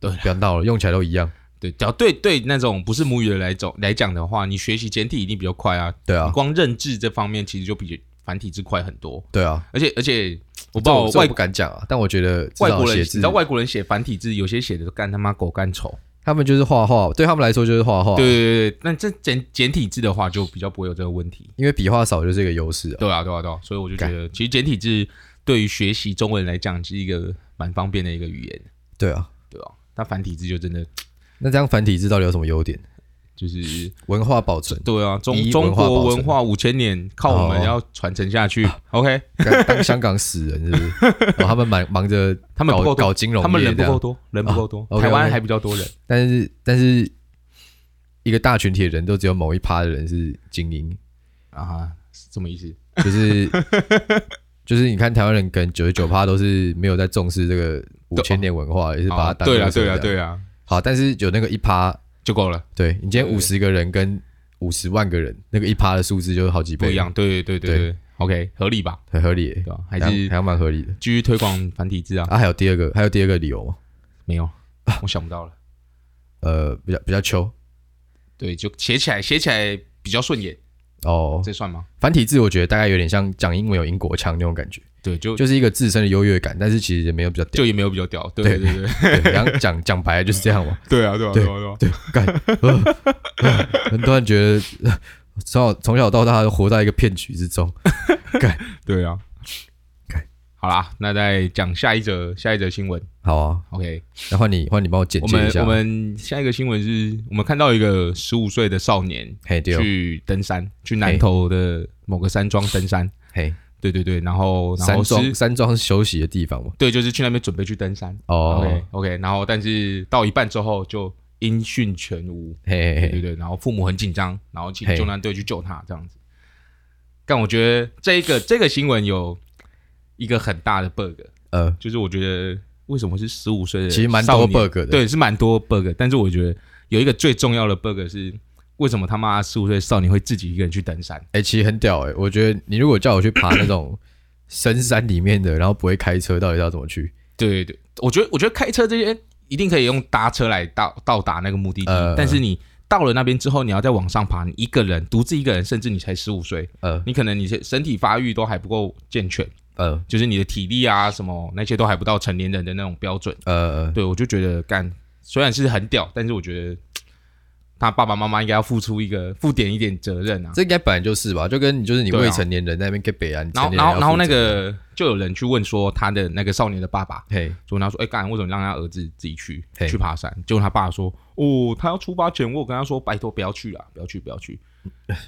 [SPEAKER 1] 对啊啦
[SPEAKER 2] 不要闹了，用起来都一样，
[SPEAKER 1] 对，只要对对那种不是母语的来走来讲的话，你学习简体一定比较快啊。
[SPEAKER 2] 对啊
[SPEAKER 1] 你，光认字这方面其实就比繁体字快很多，
[SPEAKER 2] 对啊，
[SPEAKER 1] 而且而且我不知
[SPEAKER 2] 这
[SPEAKER 1] 道
[SPEAKER 2] 我这我
[SPEAKER 1] 外
[SPEAKER 2] 不敢讲啊，但我觉得至
[SPEAKER 1] 外
[SPEAKER 2] 少
[SPEAKER 1] 国人，
[SPEAKER 2] 写
[SPEAKER 1] 你
[SPEAKER 2] 字
[SPEAKER 1] 知道外国人写繁体字有些写的都干他妈狗干丑。
[SPEAKER 2] 他们就是画画，对他们来说就是画画，
[SPEAKER 1] 对对对对，那这简简体字的话就比较不会有这个问题。
[SPEAKER 2] 因为笔画少就是一个优势啊。
[SPEAKER 1] 对啊对啊对啊，所以我就觉得其实简体字对于学习中文来讲是一个蛮方便的一个语言，
[SPEAKER 2] 对啊，
[SPEAKER 1] 对啊？那繁体字就真的
[SPEAKER 2] 那这样繁体字到底有什么优点？
[SPEAKER 1] 就是，
[SPEAKER 2] 文化保存
[SPEAKER 1] 对啊，中
[SPEAKER 2] 一
[SPEAKER 1] 中
[SPEAKER 2] 文化保
[SPEAKER 1] 国
[SPEAKER 2] 存
[SPEAKER 1] 文化五千年靠我们
[SPEAKER 2] 哦
[SPEAKER 1] 要传承下去。OK，
[SPEAKER 2] 干 当香港死人是不是？然后他们忙忙着
[SPEAKER 1] 他们不
[SPEAKER 2] 搞
[SPEAKER 1] 够多，
[SPEAKER 2] 搞金融业
[SPEAKER 1] 他们人不
[SPEAKER 2] 这样
[SPEAKER 1] 够多，人不够多，
[SPEAKER 2] 哦 OK，OK
[SPEAKER 1] 台湾还比较多人。
[SPEAKER 2] 但是但是一个大群体的人都只有某一趴的人是精英，
[SPEAKER 1] 啊，是什么意思？
[SPEAKER 2] 就是 就是你看台湾人跟九十九趴都是没有在重视这个五千年文化，也是把它
[SPEAKER 1] 啊
[SPEAKER 2] 当做
[SPEAKER 1] 对了，
[SPEAKER 2] 是
[SPEAKER 1] 对了，
[SPEAKER 2] 这样
[SPEAKER 1] 对了，
[SPEAKER 2] 好，但是有那个一趴，
[SPEAKER 1] 就够了，
[SPEAKER 2] 对你今天
[SPEAKER 1] 对对
[SPEAKER 2] 五十个人跟五十万个人，那个一趴的数字就是好几
[SPEAKER 1] 不
[SPEAKER 2] 倍，
[SPEAKER 1] 一样。对对对对对，OK，合理吧？
[SPEAKER 2] 很合理耶、
[SPEAKER 1] 对吧？还
[SPEAKER 2] 好像
[SPEAKER 1] 是
[SPEAKER 2] 好像蛮合理的。
[SPEAKER 1] 继续推广繁体字啊？
[SPEAKER 2] 啊啊，还有第二个，还有第二个理由吗？
[SPEAKER 1] 没有，我想不到了。
[SPEAKER 2] 呃，比较比较秋
[SPEAKER 1] 对，就写起来，写起来比较顺眼，
[SPEAKER 2] 哦。
[SPEAKER 1] 这算吗？
[SPEAKER 2] 繁体字我觉得大概有点像讲英文有英国腔那种感觉，
[SPEAKER 1] 对，就
[SPEAKER 2] 就是一个自身的优越感，但是其实也没有比 较屌。
[SPEAKER 1] 就也没有比较屌。对对对对，
[SPEAKER 2] 对，然后讲讲白了就是这样嘛。
[SPEAKER 1] 对啊对啊对啊对啊。
[SPEAKER 2] 对，干，呃呃很多人觉得呃从小从小到大都活在一个骗局之中。
[SPEAKER 1] 对啊。 好啦，那再讲下一则下一则新闻。
[SPEAKER 2] 好啊，
[SPEAKER 1] OK，
[SPEAKER 2] 那换你换你帮我简
[SPEAKER 1] 我
[SPEAKER 2] 介
[SPEAKER 1] 们
[SPEAKER 2] 一下。
[SPEAKER 1] 我们下一个新闻是我们看到一个十五岁的少年
[SPEAKER 2] 嘿对哦，
[SPEAKER 1] 去登山，去南投的某个山庄登山。
[SPEAKER 2] 嘿，
[SPEAKER 1] 对对对，然后然
[SPEAKER 2] 山
[SPEAKER 1] 后
[SPEAKER 2] 庄
[SPEAKER 1] 是，
[SPEAKER 2] 山庄是休息的地方嘛。
[SPEAKER 1] 对，就是去那边准备去登山。
[SPEAKER 2] 哦，
[SPEAKER 1] OK OK，然后但是到一半之后就音讯全无，
[SPEAKER 2] 嘿嘿
[SPEAKER 1] 对对
[SPEAKER 2] 嘿，
[SPEAKER 1] 对，然后父母很紧张，然后请
[SPEAKER 2] 嘿
[SPEAKER 1] 救难队去救他这样子。但我觉得这一个这个新闻有一个很大的 bug，
[SPEAKER 2] 呃，
[SPEAKER 1] 就是我觉得为什么是十五岁的少年，
[SPEAKER 2] 其实蛮多 bug 的
[SPEAKER 1] 对，是蛮多 bug，但是我觉得有一个最重要的 bug 是为什么他妈十五岁的少年会自己一个人去登山？
[SPEAKER 2] 哎，其实很屌哎，我觉得你如果叫我去爬那种深山里面的，然后不会开车，到底要怎么去？
[SPEAKER 1] 对对对，我觉得我觉得开车这些一定可以用搭车来到到达那个目的地，
[SPEAKER 2] 呃
[SPEAKER 1] 但是你到了那边之后，你要再往上爬，你一个人独自一个人，甚至你才十五岁，
[SPEAKER 2] 呃
[SPEAKER 1] 你可能你身体发育都还不够健全，
[SPEAKER 2] 呃
[SPEAKER 1] 就是你的体力啊什么那些都还不到成年人的那种标准。
[SPEAKER 2] 呃，
[SPEAKER 1] 对我就觉得干虽然是很屌，但是我觉得嘖他爸爸妈妈应该要付出一个负点一点责任啊。
[SPEAKER 2] 这应该本来就是吧，就跟你就是你
[SPEAKER 1] 对啊
[SPEAKER 2] 未成年人那边给北安，
[SPEAKER 1] 然后，
[SPEAKER 2] 成年人
[SPEAKER 1] 然后，
[SPEAKER 2] 要
[SPEAKER 1] 然后
[SPEAKER 2] 负
[SPEAKER 1] 那
[SPEAKER 2] 责
[SPEAKER 1] 个就有人去问说他的那个少年的爸爸，
[SPEAKER 2] 嘿，
[SPEAKER 1] 就问他说：“哎、干为什么让他儿子自己去
[SPEAKER 2] 嘿
[SPEAKER 1] 去爬山？”结果他爸说：“哦，他要出发前，我有跟他说，拜托不要去啊，不要去，不要 去。”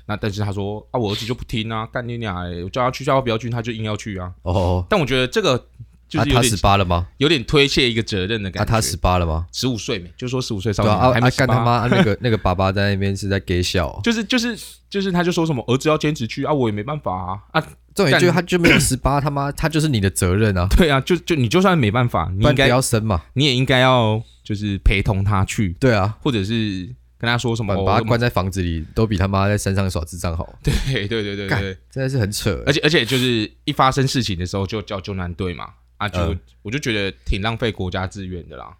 [SPEAKER 1] 那但是他说：“啊，我儿子就不听啊，干你俩、欸，我叫他去，叫他不要去，他就硬要去啊。
[SPEAKER 2] 哦哦”，
[SPEAKER 1] 但我觉得这个 就
[SPEAKER 2] 啊
[SPEAKER 1] 是有
[SPEAKER 2] 他
[SPEAKER 1] 点、
[SPEAKER 2] 十八了吗？
[SPEAKER 1] 有点推卸一个责任的
[SPEAKER 2] 啊
[SPEAKER 1] 感觉。
[SPEAKER 2] 他十八了吗？
[SPEAKER 1] 十五岁没，就说十五岁少
[SPEAKER 2] 对
[SPEAKER 1] 年、
[SPEAKER 2] 啊啊
[SPEAKER 1] 还
[SPEAKER 2] 啊
[SPEAKER 1] 没
[SPEAKER 2] 干
[SPEAKER 1] 18
[SPEAKER 2] 他妈啊那个那个爸爸在那边是在给笑哦，
[SPEAKER 1] 就是就是就是，他就说什么儿子要坚持去啊，我也没办法啊啊，
[SPEAKER 2] 重点
[SPEAKER 1] 干
[SPEAKER 2] 就是他就没有十八，他妈他就是你的责任啊，
[SPEAKER 1] 对啊，就就你就算没办法，你
[SPEAKER 2] 不然
[SPEAKER 1] 应
[SPEAKER 2] 不
[SPEAKER 1] 该
[SPEAKER 2] 要生嘛。
[SPEAKER 1] 你也应该要就是陪同他去，
[SPEAKER 2] 对啊，
[SPEAKER 1] 或者是跟他说什
[SPEAKER 2] 不
[SPEAKER 1] 么，
[SPEAKER 2] 然
[SPEAKER 1] 哦
[SPEAKER 2] 把
[SPEAKER 1] 我
[SPEAKER 2] 他关在房子里，都比他妈在山上耍智障好，
[SPEAKER 1] 对对对对
[SPEAKER 2] 干
[SPEAKER 1] 对，
[SPEAKER 2] 真的是很扯欸
[SPEAKER 1] 而。且而且就是一发生事情的时候就叫救难队嘛，啊就、
[SPEAKER 2] 嗯
[SPEAKER 1] 我就觉得挺浪费国家资源的啦，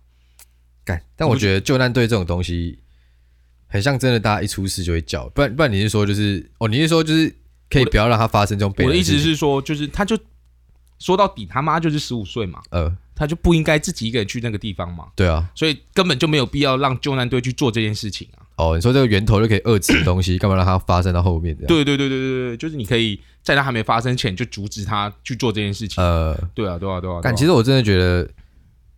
[SPEAKER 2] 干，但我觉得救难队这种东西，很像真的大家一出事就会叫，不然不然你是说就是哦，你是说就是可以不要让它发生这种悲
[SPEAKER 1] 我的
[SPEAKER 2] 哀
[SPEAKER 1] 意思
[SPEAKER 2] 事情
[SPEAKER 1] 是说，就是他就说到底他妈就是十五岁嘛，
[SPEAKER 2] 呃，
[SPEAKER 1] 他就不应该自己一个人去那个地方嘛，
[SPEAKER 2] 对啊，
[SPEAKER 1] 所以根本就没有必要让救难队去做这件事情啊。
[SPEAKER 2] 哦，你说这个源头就可以遏制的东西，干嘛让它发生到后面这样？
[SPEAKER 1] 对对对对对对，就是你可以在他还没发生前就阻止他去做这件事情。
[SPEAKER 2] 呃，
[SPEAKER 1] 对啊对啊对啊，对啊
[SPEAKER 2] 但其实我真的觉得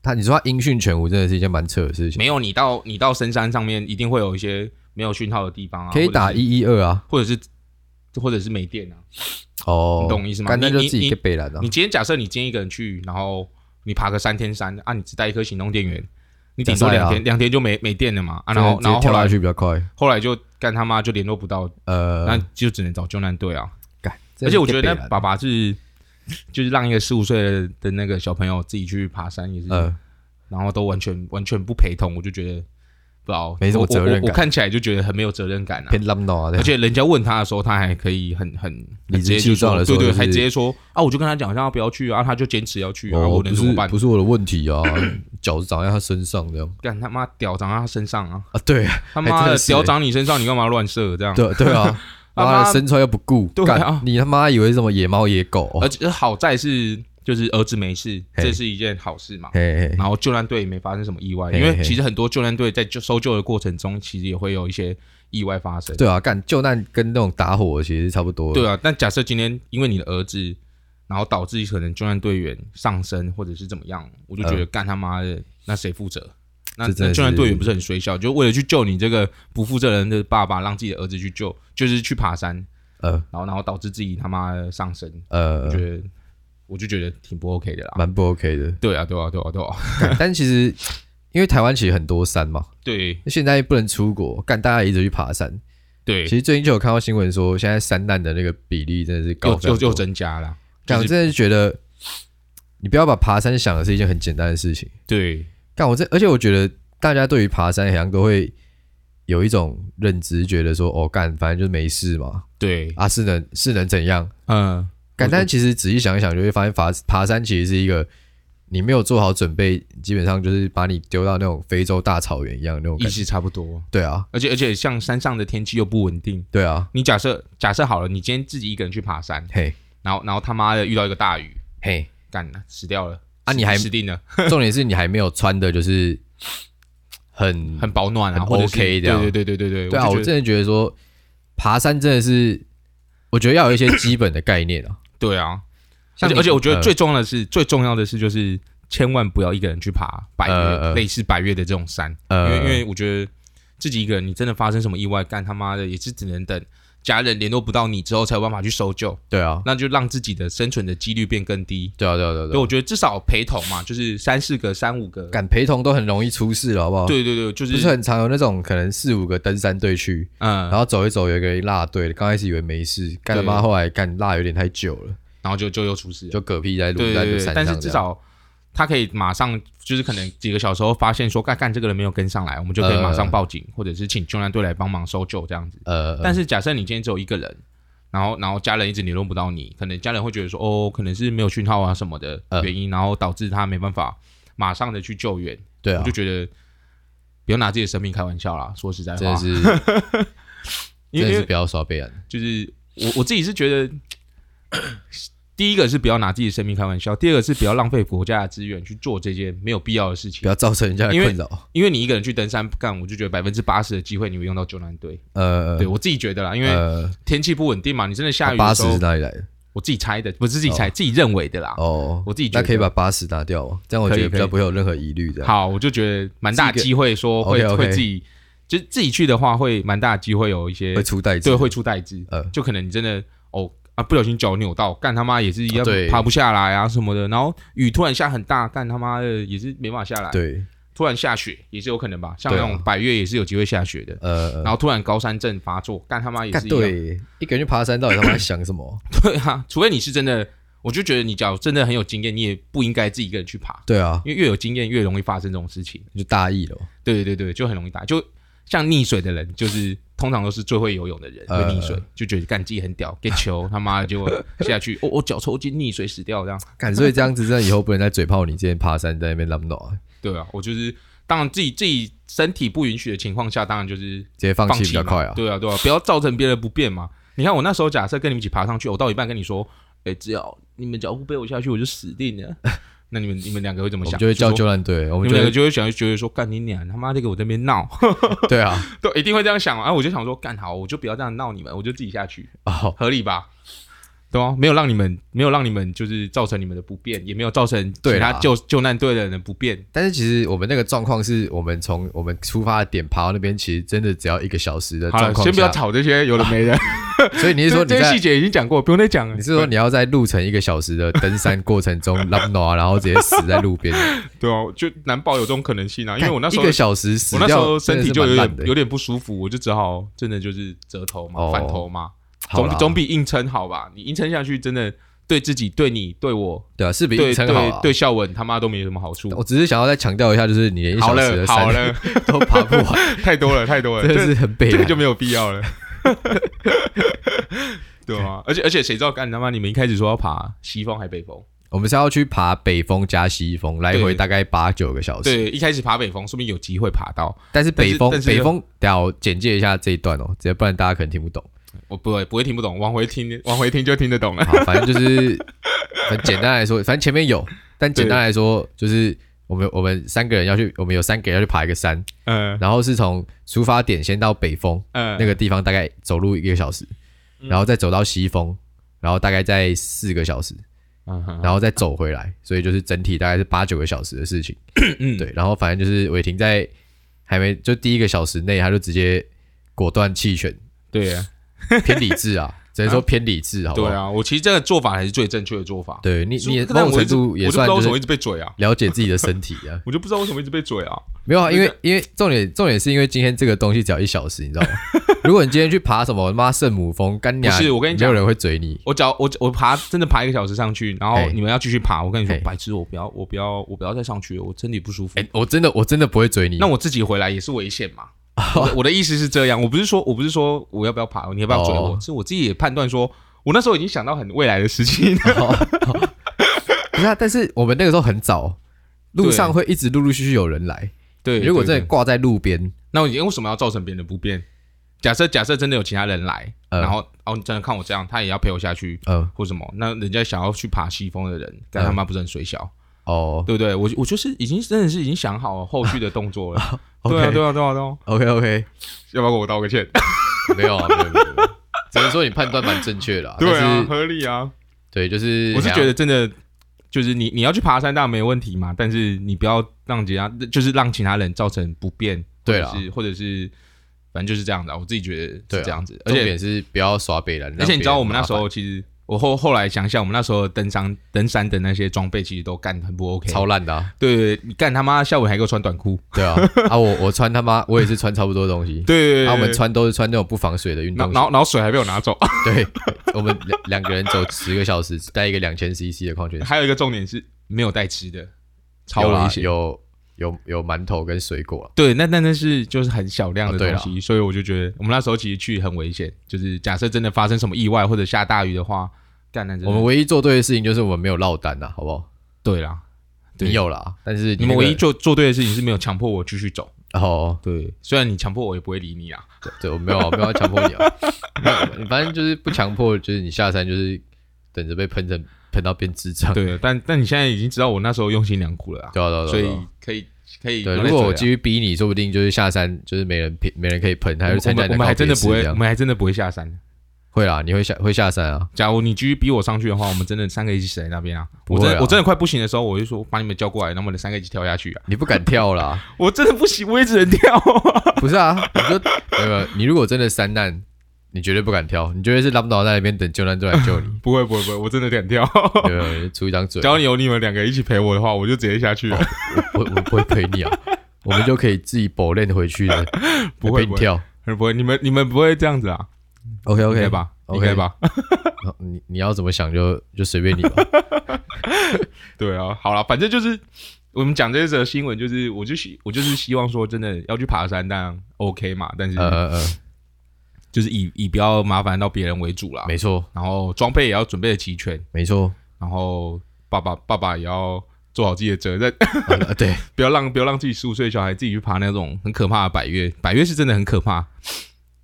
[SPEAKER 2] 他，你说他音讯全无，真的是一件蛮扯的事情。
[SPEAKER 1] 没有你到你到深山上面一定会有一些没有讯号的地方啊，
[SPEAKER 2] 可以打
[SPEAKER 1] 一，
[SPEAKER 2] 一一二啊，
[SPEAKER 1] 或者是或者是没电啊。
[SPEAKER 2] 哦，
[SPEAKER 1] 你懂意思吗
[SPEAKER 2] 干那
[SPEAKER 1] 你
[SPEAKER 2] 就
[SPEAKER 1] 你
[SPEAKER 2] 自己
[SPEAKER 1] 你
[SPEAKER 2] 给北兰啊
[SPEAKER 1] 你。今天假设你今天一个人去，然后你爬个三天山啊，你只带一颗行动电源，你顶多
[SPEAKER 2] 假设啊
[SPEAKER 1] 两天两天就没没电了嘛啊，
[SPEAKER 2] 真
[SPEAKER 1] 然后
[SPEAKER 2] 的直接
[SPEAKER 1] 然后后
[SPEAKER 2] 跳下
[SPEAKER 1] 来
[SPEAKER 2] 去比较快。
[SPEAKER 1] 后来就干他妈就联络不到，
[SPEAKER 2] 呃，
[SPEAKER 1] 那就只能找救难队啊。
[SPEAKER 2] 干，真
[SPEAKER 1] 而
[SPEAKER 2] 的
[SPEAKER 1] 且
[SPEAKER 2] 是
[SPEAKER 1] 我觉
[SPEAKER 2] 给
[SPEAKER 1] 得
[SPEAKER 2] 北
[SPEAKER 1] 那
[SPEAKER 2] 兰
[SPEAKER 1] 爸爸是就是让一个十五岁的那个小朋友自己去爬山也是，
[SPEAKER 2] 呃，
[SPEAKER 1] 然后都完全完全不陪同，我就觉得不知道
[SPEAKER 2] 没什么
[SPEAKER 1] 我我
[SPEAKER 2] 责任感
[SPEAKER 1] 我我看起来就觉得很没有责任感啊。
[SPEAKER 2] 偏 浪闹啊，
[SPEAKER 1] 而
[SPEAKER 2] 对，
[SPEAKER 1] 且人家问他的时候，他还可以很很很
[SPEAKER 2] 理
[SPEAKER 1] 直
[SPEAKER 2] 直
[SPEAKER 1] 接
[SPEAKER 2] 气
[SPEAKER 1] 就说
[SPEAKER 2] 壮地
[SPEAKER 1] 对
[SPEAKER 2] 说
[SPEAKER 1] 对，
[SPEAKER 2] 就是
[SPEAKER 1] 还直接说啊，我就跟他讲，让他不要去啊，他就坚持要去啊，
[SPEAKER 2] 哦
[SPEAKER 1] 我能怎
[SPEAKER 2] 不是
[SPEAKER 1] 么办？
[SPEAKER 2] 不是我的问题啊，脚是长在他身上这样
[SPEAKER 1] 干他妈屌长在他身上啊，
[SPEAKER 2] 啊，对啊，
[SPEAKER 1] 他妈
[SPEAKER 2] 真
[SPEAKER 1] 的
[SPEAKER 2] 的是
[SPEAKER 1] 屌长你身上，你干嘛乱射这样？
[SPEAKER 2] 对对 啊，
[SPEAKER 1] 他
[SPEAKER 2] 妈
[SPEAKER 1] 妈
[SPEAKER 2] 的身材又不顾，
[SPEAKER 1] 对
[SPEAKER 2] 干
[SPEAKER 1] 啊
[SPEAKER 2] 你他妈以为是什么野猫野狗？哦
[SPEAKER 1] 而且呃好在是就是儿子没事，
[SPEAKER 2] 嘿
[SPEAKER 1] 这是一件好事嘛。
[SPEAKER 2] 嘿嘿，
[SPEAKER 1] 然后救难队也没发生什么意外，
[SPEAKER 2] 嘿
[SPEAKER 1] 因为
[SPEAKER 2] 嘿
[SPEAKER 1] 其实很多救难队在救搜救的过程中，其实也会有一些意外发生。
[SPEAKER 2] 对啊，干救难跟那种打火其实差不多，
[SPEAKER 1] 对啊，但假设今天因为你的儿子，然后导致可能救援队员上升或者是怎么样，我就觉得干他妈的，那谁负责？那
[SPEAKER 2] 嗯这真的
[SPEAKER 1] 那
[SPEAKER 2] 是
[SPEAKER 1] 救援队员不是很衰小，就为了去救你这个不负责任的爸爸，让自己的儿子去救，就是去爬山，
[SPEAKER 2] 呃
[SPEAKER 1] 然后然后导致自己他妈的上升，我
[SPEAKER 2] 呃，
[SPEAKER 1] 觉得我就觉得挺不 OK 的啦。
[SPEAKER 2] 蛮不 OK 的。
[SPEAKER 1] 对啊，对啊，对啊，对啊，
[SPEAKER 2] 干但其实因为台湾其实很多山嘛，
[SPEAKER 1] 对
[SPEAKER 2] 现在不能出国，干大家也一直去爬山。
[SPEAKER 1] 对
[SPEAKER 2] 其，实最近就有看到新闻说，现在山难的那个比例真的是高
[SPEAKER 1] 又
[SPEAKER 2] 非
[SPEAKER 1] 又
[SPEAKER 2] 常多
[SPEAKER 1] 又增加了，就
[SPEAKER 2] 干我
[SPEAKER 1] 是
[SPEAKER 2] 真的是觉得，你不要把爬山想的是一件很简单的事情。
[SPEAKER 1] 对
[SPEAKER 2] 干我这，而且我觉得大家对于爬山好像都会有一种认知，觉得说哦干，反正就是没事嘛，
[SPEAKER 1] 对，
[SPEAKER 2] 啊是能是能怎样？
[SPEAKER 1] 嗯，
[SPEAKER 2] 干，
[SPEAKER 1] 我
[SPEAKER 2] 但其实仔细想一想，就会发现爬爬山其实是一个你没有做好准备，基本上就是把你丢到那种非洲大草原一样的那种
[SPEAKER 1] 意
[SPEAKER 2] 感觉。
[SPEAKER 1] 思差不多，
[SPEAKER 2] 对啊，
[SPEAKER 1] 而且而且像山上的天气又不稳定。
[SPEAKER 2] 对啊，
[SPEAKER 1] 你假设假设好了，你今天自己一个人去爬山，
[SPEAKER 2] 嘿
[SPEAKER 1] 然后然后他妈的遇到一个大雨，
[SPEAKER 2] 嘿，
[SPEAKER 1] 干了死掉了
[SPEAKER 2] 啊你还
[SPEAKER 1] 死定了，
[SPEAKER 2] 重点是你还没有穿的，就是很
[SPEAKER 1] 很保暖啊，
[SPEAKER 2] 很
[SPEAKER 1] 或者是
[SPEAKER 2] OK 这样
[SPEAKER 1] 对对对对对
[SPEAKER 2] 对啊，
[SPEAKER 1] 我
[SPEAKER 2] 我
[SPEAKER 1] 就觉得
[SPEAKER 2] 真的觉得说爬山真的是，我觉得要有一些基本的概念啊。
[SPEAKER 1] 对啊，而
[SPEAKER 2] 像
[SPEAKER 1] 且
[SPEAKER 2] 你
[SPEAKER 1] 而且我觉得
[SPEAKER 2] 呃
[SPEAKER 1] 最重要的是最重要的是就是千万不要一个人去爬百
[SPEAKER 2] 呃
[SPEAKER 1] 越
[SPEAKER 2] 呃
[SPEAKER 1] 类似百越的这种山，因
[SPEAKER 2] 呃
[SPEAKER 1] 为因为我觉得自己一个人你真的发生什么意外，干他妈的也是只能等家人联络不到你之后才有办法去搜救，
[SPEAKER 2] 对啊，
[SPEAKER 1] 那就让自己的生存的几率变更低。
[SPEAKER 2] 对啊，对啊，对啊
[SPEAKER 1] 所以
[SPEAKER 2] 对啊，
[SPEAKER 1] 我觉得至少陪同嘛，就是三四个、三五个，
[SPEAKER 2] 敢陪同都很容易出事了，好不好？，
[SPEAKER 1] 对对对，就
[SPEAKER 2] 不
[SPEAKER 1] 是
[SPEAKER 2] 是很常有那种可能四五个登山队去，
[SPEAKER 1] 嗯
[SPEAKER 2] 然，后走一走，有一个落队，刚开始以为没事，干他妈
[SPEAKER 1] 对
[SPEAKER 2] 后来干落有点太久了，
[SPEAKER 1] 然后就就又出事了。
[SPEAKER 2] 就嗝屁在路
[SPEAKER 1] 对
[SPEAKER 2] 在
[SPEAKER 1] 对对，
[SPEAKER 2] 路山上
[SPEAKER 1] 但
[SPEAKER 2] 这
[SPEAKER 1] 是
[SPEAKER 2] 样。
[SPEAKER 1] 至少他可以马上，就是可能几个小时后发现说，
[SPEAKER 2] 嗯
[SPEAKER 1] 干干这个人没有跟上来，我们就可以
[SPEAKER 2] 呃
[SPEAKER 1] 马上报警，或者是请救援队来帮忙搜救这样子。
[SPEAKER 2] 呃，
[SPEAKER 1] 但是假设你今天只有一个人，然后然后家人一直联络不到你，可能家人会觉得说，哦，可能是没有讯号啊什么的
[SPEAKER 2] 呃
[SPEAKER 1] 原因，然后导致他没办法马上的去救援。
[SPEAKER 2] 对啊
[SPEAKER 1] 我就，觉得不要拿自己的生命开玩笑啦，说实在
[SPEAKER 2] 真的
[SPEAKER 1] 话，
[SPEAKER 2] 是
[SPEAKER 1] 因为
[SPEAKER 2] 真
[SPEAKER 1] 因
[SPEAKER 2] 的是
[SPEAKER 1] 为
[SPEAKER 2] 不要耍备案。
[SPEAKER 1] 就是我我自己是觉得， 第一个是不要拿自己的生命开玩笑，第二个是不要浪费国家的资源去做这件没有必要的事
[SPEAKER 2] 不
[SPEAKER 1] 情。
[SPEAKER 2] 要造成人家的
[SPEAKER 1] 因为
[SPEAKER 2] 困扰。
[SPEAKER 1] 因为你一个人去登山干，我就觉得百分之八十的机会你会用到救难队。
[SPEAKER 2] 呃，
[SPEAKER 1] 对我自己觉得啦，因为
[SPEAKER 2] 呃，
[SPEAKER 1] 天气不稳定嘛，你真的下雨
[SPEAKER 2] 八
[SPEAKER 1] 的时
[SPEAKER 2] 十
[SPEAKER 1] 候
[SPEAKER 2] 是，哪里来的？
[SPEAKER 1] 我自己猜的，不是自己猜，自己认为的啦。
[SPEAKER 2] 哦，
[SPEAKER 1] 我自己觉
[SPEAKER 2] 那
[SPEAKER 1] 得
[SPEAKER 2] 可以把八十拿掉吗？这样我觉
[SPEAKER 1] 可
[SPEAKER 2] 得
[SPEAKER 1] 以
[SPEAKER 2] 比较
[SPEAKER 1] 可以
[SPEAKER 2] 不会有任何疑虑。这样，
[SPEAKER 1] 好，我就觉得蛮大机会说会
[SPEAKER 2] 这个 OK，OK
[SPEAKER 1] 会自己，就是自己去的话会蛮大机会有一些
[SPEAKER 2] 会出代志
[SPEAKER 1] 对，会出代志，
[SPEAKER 2] 呃
[SPEAKER 1] 就可能你真的哦啊，不小心脚扭到，干他妈也是一样
[SPEAKER 2] 啊对
[SPEAKER 1] 爬不下来啊什么的，然后雨突然下很大，干他妈的也是没办法下来，，
[SPEAKER 2] 对，
[SPEAKER 1] 突然下雪也是有可能吧，像
[SPEAKER 2] 对
[SPEAKER 1] 那
[SPEAKER 2] 啊
[SPEAKER 1] 种百越也是有机会下雪的，
[SPEAKER 2] 呃，
[SPEAKER 1] 然后突然高山症发作，干他妈也
[SPEAKER 2] 干
[SPEAKER 1] 是一样，
[SPEAKER 2] 对，一个人去爬山到底他妈在想什么？
[SPEAKER 1] 对 啊，除非你是真的，我就觉得你假如真的很有经验，你也不应该自己一个人去爬，
[SPEAKER 2] 对啊，
[SPEAKER 1] 因为越有经验越容易发生这种事情，
[SPEAKER 2] 就大意了嘛。
[SPEAKER 1] 对对对对，就很容易打，就像溺水的人就是。通常都是最会游泳的人会
[SPEAKER 2] 呃
[SPEAKER 1] 溺水，就觉得干自己很屌，给球他妈的结果下去，哦，我脚抽筋溺水死掉这样。
[SPEAKER 2] 感所以这样子，真的以后不能再嘴炮你之前爬山在那边浪闹啊。
[SPEAKER 1] 对啊，我就是当然自己自己身体不允许的情况下，当然就是
[SPEAKER 2] 直接放
[SPEAKER 1] 放
[SPEAKER 2] 弃比较
[SPEAKER 1] 嘛
[SPEAKER 2] 快啊。
[SPEAKER 1] 对啊，对啊，不要造成别人不便嘛。你看我那时候假设跟你们一起爬上去，我到一半跟你说，哎、只要你们脚不背我下去，我就死定了。 那你们你们两个会怎么
[SPEAKER 2] 我
[SPEAKER 1] 想？
[SPEAKER 2] 们就会叫
[SPEAKER 1] 就
[SPEAKER 2] 救
[SPEAKER 1] 说
[SPEAKER 2] 援队，我
[SPEAKER 1] 你
[SPEAKER 2] 们
[SPEAKER 1] 们两个
[SPEAKER 2] 就会
[SPEAKER 1] 就会想觉得说，干你娘，他妈的给我在那边闹，
[SPEAKER 2] 对啊，
[SPEAKER 1] 对，一定会这样想啊。我就想说，干好，我就不要这样闹你们，我就自己下去，
[SPEAKER 2] 哦，
[SPEAKER 1] 合理吧？对啊，没有让你们没有让你们就是造成你们的不便，也没有造成其
[SPEAKER 2] 对
[SPEAKER 1] 他
[SPEAKER 2] 啦
[SPEAKER 1] 救救难队的人的不便。
[SPEAKER 2] 但是其实我们那个状况是我们从我们出发的点爬到那边，其实真的只要一个小时的
[SPEAKER 1] 好
[SPEAKER 2] 状
[SPEAKER 1] 了，
[SPEAKER 2] 况
[SPEAKER 1] 先不要
[SPEAKER 2] 下
[SPEAKER 1] 吵这些有的没的。
[SPEAKER 2] 所以你是说你
[SPEAKER 1] 这些
[SPEAKER 2] 在
[SPEAKER 1] 细节已经讲过，不用再讲了。
[SPEAKER 2] 你是说你要在路程一个小时的登山过程中拉挪，啊然后直接死在路边？
[SPEAKER 1] 对啊，就难保有这种可能性 啊，因为我那时候
[SPEAKER 2] 一个小时死
[SPEAKER 1] 我那时
[SPEAKER 2] 掉，
[SPEAKER 1] 候身体
[SPEAKER 2] 真
[SPEAKER 1] 就
[SPEAKER 2] 的
[SPEAKER 1] 有
[SPEAKER 2] 是蛮
[SPEAKER 1] 点
[SPEAKER 2] 烂的
[SPEAKER 1] 有点不舒服，我就只好真的就是折头嘛，
[SPEAKER 2] 哦
[SPEAKER 1] 反头嘛，
[SPEAKER 2] 好
[SPEAKER 1] 总
[SPEAKER 2] 啦
[SPEAKER 1] 比总比硬撑好吧？你硬撑下去，真的对自己、对你、对我、
[SPEAKER 2] 对啊，是比
[SPEAKER 1] 对
[SPEAKER 2] 硬撑好
[SPEAKER 1] 对
[SPEAKER 2] 啊。
[SPEAKER 1] 对孝文他妈都没什么好处。
[SPEAKER 2] 我只是想要再强调一下，就是你连一
[SPEAKER 1] 好
[SPEAKER 2] 小时
[SPEAKER 1] 了
[SPEAKER 2] 的
[SPEAKER 1] 好
[SPEAKER 2] 山
[SPEAKER 1] 了，
[SPEAKER 2] 都爬不 完，
[SPEAKER 1] 太多了太多了，
[SPEAKER 2] 真的
[SPEAKER 1] 这
[SPEAKER 2] 是很悲
[SPEAKER 1] 这个
[SPEAKER 2] 哀
[SPEAKER 1] 就。没有必要了。 对啊，而且而且谁知道干你他妈？你们一开始说要爬西峰还北峰，
[SPEAKER 2] 我们是要去爬北峰加西峰，来
[SPEAKER 1] 对
[SPEAKER 2] 回大概八九个小时。
[SPEAKER 1] 对，一开始爬北峰，说不定有机会爬到。
[SPEAKER 2] 但是北峰
[SPEAKER 1] 但是但是
[SPEAKER 2] 北峰，等一下我简介一下这一段哦，直接不然大家可能 听不懂。
[SPEAKER 1] 我不会不会听不懂，往回听往回听就听得懂了。
[SPEAKER 2] 好，反正就是，反正简单来说，反正前面有，但简单来说就是我们我们三个人要去，我们有三个人要去爬一个山，
[SPEAKER 1] 嗯
[SPEAKER 2] 然后是从出发点先到北峰
[SPEAKER 1] 嗯，
[SPEAKER 2] 那个地方，大概走路一个小时，然后再走到西峰，然后大概在四个小时，
[SPEAKER 1] 嗯哼
[SPEAKER 2] 然后再走回来，所以就是整体大概是八九个小时的事情。
[SPEAKER 1] 嗯
[SPEAKER 2] 对，然后反正就是伟霆在还没就第一个小时内，他就直接果断弃权，
[SPEAKER 1] 对啊，
[SPEAKER 2] 偏理智啊，只能说偏理智，好不
[SPEAKER 1] 对
[SPEAKER 2] 好？
[SPEAKER 1] 啊，我其实这个做法才是最正确的做法。
[SPEAKER 2] 对你，
[SPEAKER 1] 就
[SPEAKER 2] 你也
[SPEAKER 1] 但
[SPEAKER 2] 某种
[SPEAKER 1] 我一
[SPEAKER 2] 程
[SPEAKER 1] 直
[SPEAKER 2] 度也
[SPEAKER 1] 我就不知
[SPEAKER 2] 算
[SPEAKER 1] 道为
[SPEAKER 2] 就
[SPEAKER 1] 什么
[SPEAKER 2] 是
[SPEAKER 1] 一直被嘴啊，。
[SPEAKER 2] 了解自己的身体啊
[SPEAKER 1] 我就不知道为什么一直被嘴啊。
[SPEAKER 2] 没有啊，因
[SPEAKER 1] 那
[SPEAKER 2] 为因为重点重点是因为今天这个东西只要一小时，你知道吗？ 如果你今天去爬什么妈圣母峰，干娘
[SPEAKER 1] 不是我跟你
[SPEAKER 2] 没
[SPEAKER 1] 讲
[SPEAKER 2] 有人会嘴你。
[SPEAKER 1] 我只要我我爬真的爬一个小时上去，然后
[SPEAKER 2] 嘿
[SPEAKER 1] 你们要继续爬，我跟你说
[SPEAKER 2] 嘿，
[SPEAKER 1] 白痴，我不要我不要我不要再上去了，我身体不舒服
[SPEAKER 2] 哎、。我真的我真的不会嘴你。
[SPEAKER 1] 那我自己回来也是危险 嘛。我的我的意思是这样，我不是说我不是说我要不要爬，你要不要追我，
[SPEAKER 2] 哦
[SPEAKER 1] 是我自己也判断说，我那时候已经想到很未来的事情。
[SPEAKER 2] 哦不是啊，但是我们那个时候很早，路上会一直陆陆续续有人来。
[SPEAKER 1] 对，
[SPEAKER 2] 如果
[SPEAKER 1] 对
[SPEAKER 2] 真的挂在路边，
[SPEAKER 1] 那我为什么要造成别人的不便？假设假设真的有其他人来，
[SPEAKER 2] 呃
[SPEAKER 1] 然后哦，你真的看我这样，他也要陪我下去
[SPEAKER 2] 呃，
[SPEAKER 1] 或什么？那人家想要去爬西峰的人，干
[SPEAKER 2] 呃
[SPEAKER 1] 他妈不是很水小，
[SPEAKER 2] 哦
[SPEAKER 1] 对不对？我我就是已经真的是已经想好后续的动 作了。
[SPEAKER 2] ，OK
[SPEAKER 1] 对啊，对啊，对啊，对啊，
[SPEAKER 2] OK OK，
[SPEAKER 1] 要不要给我道个歉？
[SPEAKER 2] 没有啊，没有没有，没有只能说你判断蛮正确的、啊。
[SPEAKER 1] 对啊
[SPEAKER 2] 但，是
[SPEAKER 1] 合理啊。
[SPEAKER 2] 对，就是
[SPEAKER 1] 我是
[SPEAKER 2] 怎样
[SPEAKER 1] 觉得真的就是你你要去爬山当然没问题嘛，但是你不要让其他就是让其他人造成不便，
[SPEAKER 2] 对啊
[SPEAKER 1] 或
[SPEAKER 2] 啦
[SPEAKER 1] 者是或者是反正就是这样子、啊。我自己觉得
[SPEAKER 2] 对啊
[SPEAKER 1] 是这样子，而
[SPEAKER 2] 重
[SPEAKER 1] 且
[SPEAKER 2] 点是不要耍北人。
[SPEAKER 1] 而且你知道我们那时
[SPEAKER 2] 候。
[SPEAKER 1] 候其实我后后来想想，我们那时候登山登山的那些装备其实都干得很不 OK，
[SPEAKER 2] 超烂的、啊，
[SPEAKER 1] 对对对，你干他妈下午还给我穿短裤，
[SPEAKER 2] 对啊，啊我我穿他妈我也是穿差不多的东西，
[SPEAKER 1] 对对
[SPEAKER 2] 然后、我们
[SPEAKER 1] 穿，
[SPEAKER 2] 穿都是穿那种不防水的运
[SPEAKER 1] 然
[SPEAKER 2] 动
[SPEAKER 1] 后
[SPEAKER 2] 鞋
[SPEAKER 1] 然，后然后水还被我拿走，
[SPEAKER 2] 对，我们两两个人走十个小时，带一个两千 CC 的矿泉水，
[SPEAKER 1] 还有一个重点是没有带吃的，超
[SPEAKER 2] 有啊
[SPEAKER 1] 危险。
[SPEAKER 2] 有有有馒头跟水果啊、
[SPEAKER 1] 对，那那那是就是很小量的
[SPEAKER 2] 哦对
[SPEAKER 1] 东
[SPEAKER 2] 啦
[SPEAKER 1] 西，所以我就觉得我们那时候其实去很危险，就是假设真的发生什么意外或者下大雨的话，干那真的
[SPEAKER 2] 我们唯一做对的事情就是我们没有落单啊，好不好？
[SPEAKER 1] 对啦，对
[SPEAKER 2] 你有啦，但是
[SPEAKER 1] 你
[SPEAKER 2] 那
[SPEAKER 1] 们
[SPEAKER 2] 个
[SPEAKER 1] 唯一做做对的事情是没有强迫我继续走，
[SPEAKER 2] 哦，
[SPEAKER 1] 对，虽然你强迫我也不会理你 啊，
[SPEAKER 2] 对对，我没有啊，我没有要强迫你啊，没有反正就是不强迫，就是你下山就是等着被喷成喷到变智障，
[SPEAKER 1] 对，但但你现在已经知道我那时候用心良苦了啊，
[SPEAKER 2] 对啊对啊对啊
[SPEAKER 1] 所
[SPEAKER 2] 对啊
[SPEAKER 1] 以可以可以不
[SPEAKER 2] 对，
[SPEAKER 1] 用再
[SPEAKER 2] 如
[SPEAKER 1] 追了。
[SPEAKER 2] 果我继续逼你，说不定就是下山就是没人骗，没人可以喷，还
[SPEAKER 1] 我
[SPEAKER 2] 是
[SPEAKER 1] 们
[SPEAKER 2] 参加你
[SPEAKER 1] 我
[SPEAKER 2] 的
[SPEAKER 1] 们还
[SPEAKER 2] 告别
[SPEAKER 1] 真的
[SPEAKER 2] 式
[SPEAKER 1] 不会，
[SPEAKER 2] 这
[SPEAKER 1] 我
[SPEAKER 2] 样
[SPEAKER 1] 们还真的不会下山。
[SPEAKER 2] 会啦，你会下会下山啊？
[SPEAKER 1] 假如你继续逼我上去的话，我们真的三个一起死在那边啊！我
[SPEAKER 2] 不会
[SPEAKER 1] 真
[SPEAKER 2] 啊
[SPEAKER 1] 的我真的快不行的时候，我就说把你们叫过来，然后我们三个一起跳下去啊！
[SPEAKER 2] 你不敢跳啦？
[SPEAKER 1] 我真的不行，我也只能跳啊！
[SPEAKER 2] 不是啊，你就没有没有，你如果真的三难，你绝对不敢跳，你绝对是拉不倒在那边等救难队来 救你，
[SPEAKER 1] 不会不会不会，我真的敢 跳。
[SPEAKER 2] 没有没有，你出一张嘴
[SPEAKER 1] 只，要你有你们两个一起陪我的话，我就直接下去
[SPEAKER 2] 哦
[SPEAKER 1] 了。
[SPEAKER 2] 我我不会陪你啊，我们就可以自己保练回去的，
[SPEAKER 1] 不会
[SPEAKER 2] 陪你跳。
[SPEAKER 1] 不会，你们你们不会这样子啊
[SPEAKER 2] OK
[SPEAKER 1] 应
[SPEAKER 2] OK
[SPEAKER 1] 该？吧
[SPEAKER 2] OK
[SPEAKER 1] 应该吧？
[SPEAKER 2] 哦你你要怎么想就就随便你吧。
[SPEAKER 1] 对啊，好了，反正就是我们讲这则新闻，就是我就希我就是希望说，真的要去爬山，当然 OK 嘛，但是
[SPEAKER 2] 呃呃呃，
[SPEAKER 1] 就是以以不要麻烦到别人为主啦。
[SPEAKER 2] 没错
[SPEAKER 1] 然后装备也要准备的齐全，
[SPEAKER 2] 没错，
[SPEAKER 1] 然后爸爸爸爸也要做好自己的责任，
[SPEAKER 2] 啊对，
[SPEAKER 1] 不要让不要让自己十五岁的小孩自己去爬那种很可怕的百越，百越是真的很可怕。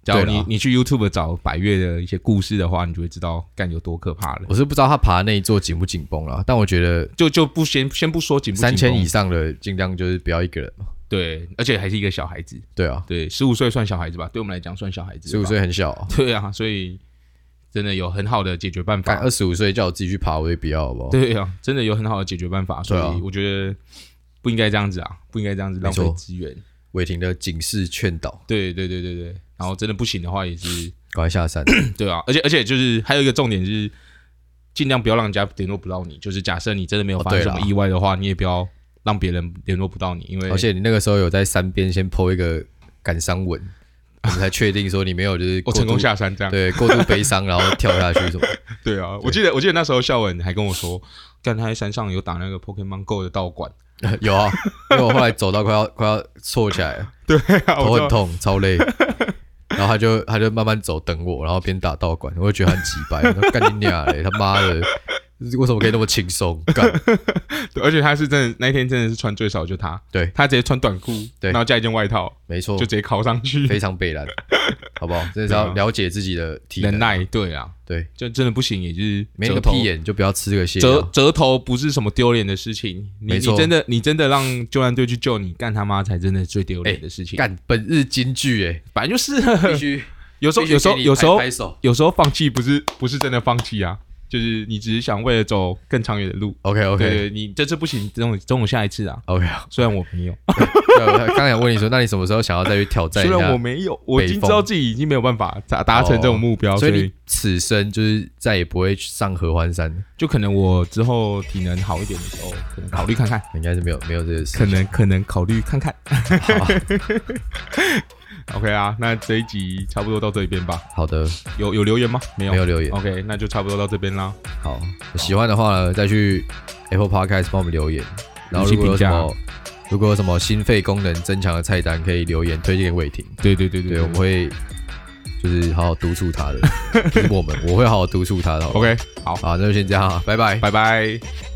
[SPEAKER 1] 假如
[SPEAKER 2] 对
[SPEAKER 1] 你
[SPEAKER 2] 啦
[SPEAKER 1] 你去 YouTube 找百越的一些故事的话，你就会知道干有多可怕了。
[SPEAKER 2] 我是不知道他爬那一座紧不紧绷啦，但我觉得
[SPEAKER 1] 就就不先先不说紧不紧
[SPEAKER 2] 三千
[SPEAKER 1] 绷
[SPEAKER 2] 以上的尽量就是不要一个人嘛。
[SPEAKER 1] 对，而且还是一个小孩子，
[SPEAKER 2] 对啊，
[SPEAKER 1] 对，十五岁算小孩子吧？对我们来讲算小孩子，
[SPEAKER 2] 十五，岁很小、啊，
[SPEAKER 1] 对啊，所以真的有很好的解决办
[SPEAKER 2] 干
[SPEAKER 1] 法
[SPEAKER 2] 二，十五岁叫我自己去爬，我也不要，好不好？
[SPEAKER 1] 对啊，真的有很好的解决办法，所
[SPEAKER 2] 对啊
[SPEAKER 1] 以我觉得不应该这样子啊，不应该这样子浪费
[SPEAKER 2] 没错
[SPEAKER 1] 资源。
[SPEAKER 2] 伟霆的警示劝导，
[SPEAKER 1] 对对对对对，然后真的不行的话也是
[SPEAKER 2] 赶快下山。
[SPEAKER 1] 对啊，而且而且就是还有一个重点就是，尽量不要让人家联络不到你。就是假设你真的没有
[SPEAKER 2] 哦
[SPEAKER 1] 发生
[SPEAKER 2] 对
[SPEAKER 1] 什
[SPEAKER 2] 啦
[SPEAKER 1] 么意外的话，你也不要让别人联络不到你，因为
[SPEAKER 2] 而且你那个时候有在山边先 PO 一个感伤文，我们才确定说你没有就是
[SPEAKER 1] 我
[SPEAKER 2] 过度
[SPEAKER 1] 成功下山这样。
[SPEAKER 2] 对过度悲伤，然后跳下去什么。
[SPEAKER 1] 对啊，我记得我记得那时候孝文还跟我说，干他在山上有打那个 Pokemon Go 的道馆。
[SPEAKER 2] 有啊，因为我后来走到快要快要错起来了，
[SPEAKER 1] 对啊，
[SPEAKER 2] 头
[SPEAKER 1] 我知
[SPEAKER 2] 很
[SPEAKER 1] 道
[SPEAKER 2] 痛，超累。 然后他就他就慢慢走等我，然后边打道馆，我就觉得他很鸡掰，我说干你娘嘞，他妈的，为什么可以那么轻松？干
[SPEAKER 1] 对而且他是真的那一天真的是穿最少就他，
[SPEAKER 2] 对
[SPEAKER 1] 他直接穿短裤，
[SPEAKER 2] 对哦
[SPEAKER 1] 然后加一件外套，
[SPEAKER 2] 没错
[SPEAKER 1] 就，直接考上去，
[SPEAKER 2] 非常北蓝，好不好？真的是要
[SPEAKER 1] 对啊
[SPEAKER 2] 了解自己的体
[SPEAKER 1] 能
[SPEAKER 2] 能，
[SPEAKER 1] 耐。对啊，
[SPEAKER 2] 对，
[SPEAKER 1] 就真的不行，也就是
[SPEAKER 2] 没那
[SPEAKER 1] 折
[SPEAKER 2] 个
[SPEAKER 1] 头
[SPEAKER 2] 屁眼就不要吃这个蟹
[SPEAKER 1] 折
[SPEAKER 2] 啊。
[SPEAKER 1] 折头不是什么丢脸的事情，你
[SPEAKER 2] 没
[SPEAKER 1] 你
[SPEAKER 2] 错
[SPEAKER 1] 真的你真的让救援队去救你，干他妈才真的最丢脸的事情。
[SPEAKER 2] 哎干本日金句哎，
[SPEAKER 1] 反正就是呵
[SPEAKER 2] 必
[SPEAKER 1] 呵
[SPEAKER 2] 须
[SPEAKER 1] 有时候
[SPEAKER 2] 必须
[SPEAKER 1] 有时候
[SPEAKER 2] 给你
[SPEAKER 1] 有时候
[SPEAKER 2] 拍拍手。
[SPEAKER 1] 有时候放弃不是不是真的放弃啊，就是你只是想为了走更长远的路。
[SPEAKER 2] OK
[SPEAKER 1] 对
[SPEAKER 2] OK
[SPEAKER 1] 对，你这次不行，等我等我下一次啊。
[SPEAKER 2] OK， 啊
[SPEAKER 1] 虽然我没有，
[SPEAKER 2] 刚才问你说，那你什么时候想要再去挑战
[SPEAKER 1] 虽
[SPEAKER 2] 一
[SPEAKER 1] 然我
[SPEAKER 2] 下？
[SPEAKER 1] 没有，我已经
[SPEAKER 2] 北
[SPEAKER 1] 知
[SPEAKER 2] 风
[SPEAKER 1] 道自己已经没有办法达达成这种目标，
[SPEAKER 2] 哦
[SPEAKER 1] 所
[SPEAKER 2] 所以你
[SPEAKER 1] 以
[SPEAKER 2] 此生就是再也不会去上合欢山，
[SPEAKER 1] 就可能我之后体能好一点的时候，可能考虑 看看，
[SPEAKER 2] 应该是没有没有这个事。
[SPEAKER 1] 可能可能考虑看看。
[SPEAKER 2] 好
[SPEAKER 1] OK 啊，那这一集差不多到这边吧。
[SPEAKER 2] 好的，
[SPEAKER 1] 有有留言吗？没有，哦
[SPEAKER 2] 没有留言。
[SPEAKER 1] OK，那就差不多到这边啦。
[SPEAKER 2] 好，喜欢的话呢，再去 Apple Podcast 帮我们留言，然后如果有什
[SPEAKER 1] 五
[SPEAKER 2] 么如果有什么心肺功能增强的菜单，可以留言推荐给伟霆，
[SPEAKER 1] 对对对对
[SPEAKER 2] 对，我们会就是好好督促 他的，不是我们，我会好好督促他的。好不好
[SPEAKER 1] OK，好，
[SPEAKER 2] 好，那就先这样啊，拜拜。
[SPEAKER 1] 拜拜。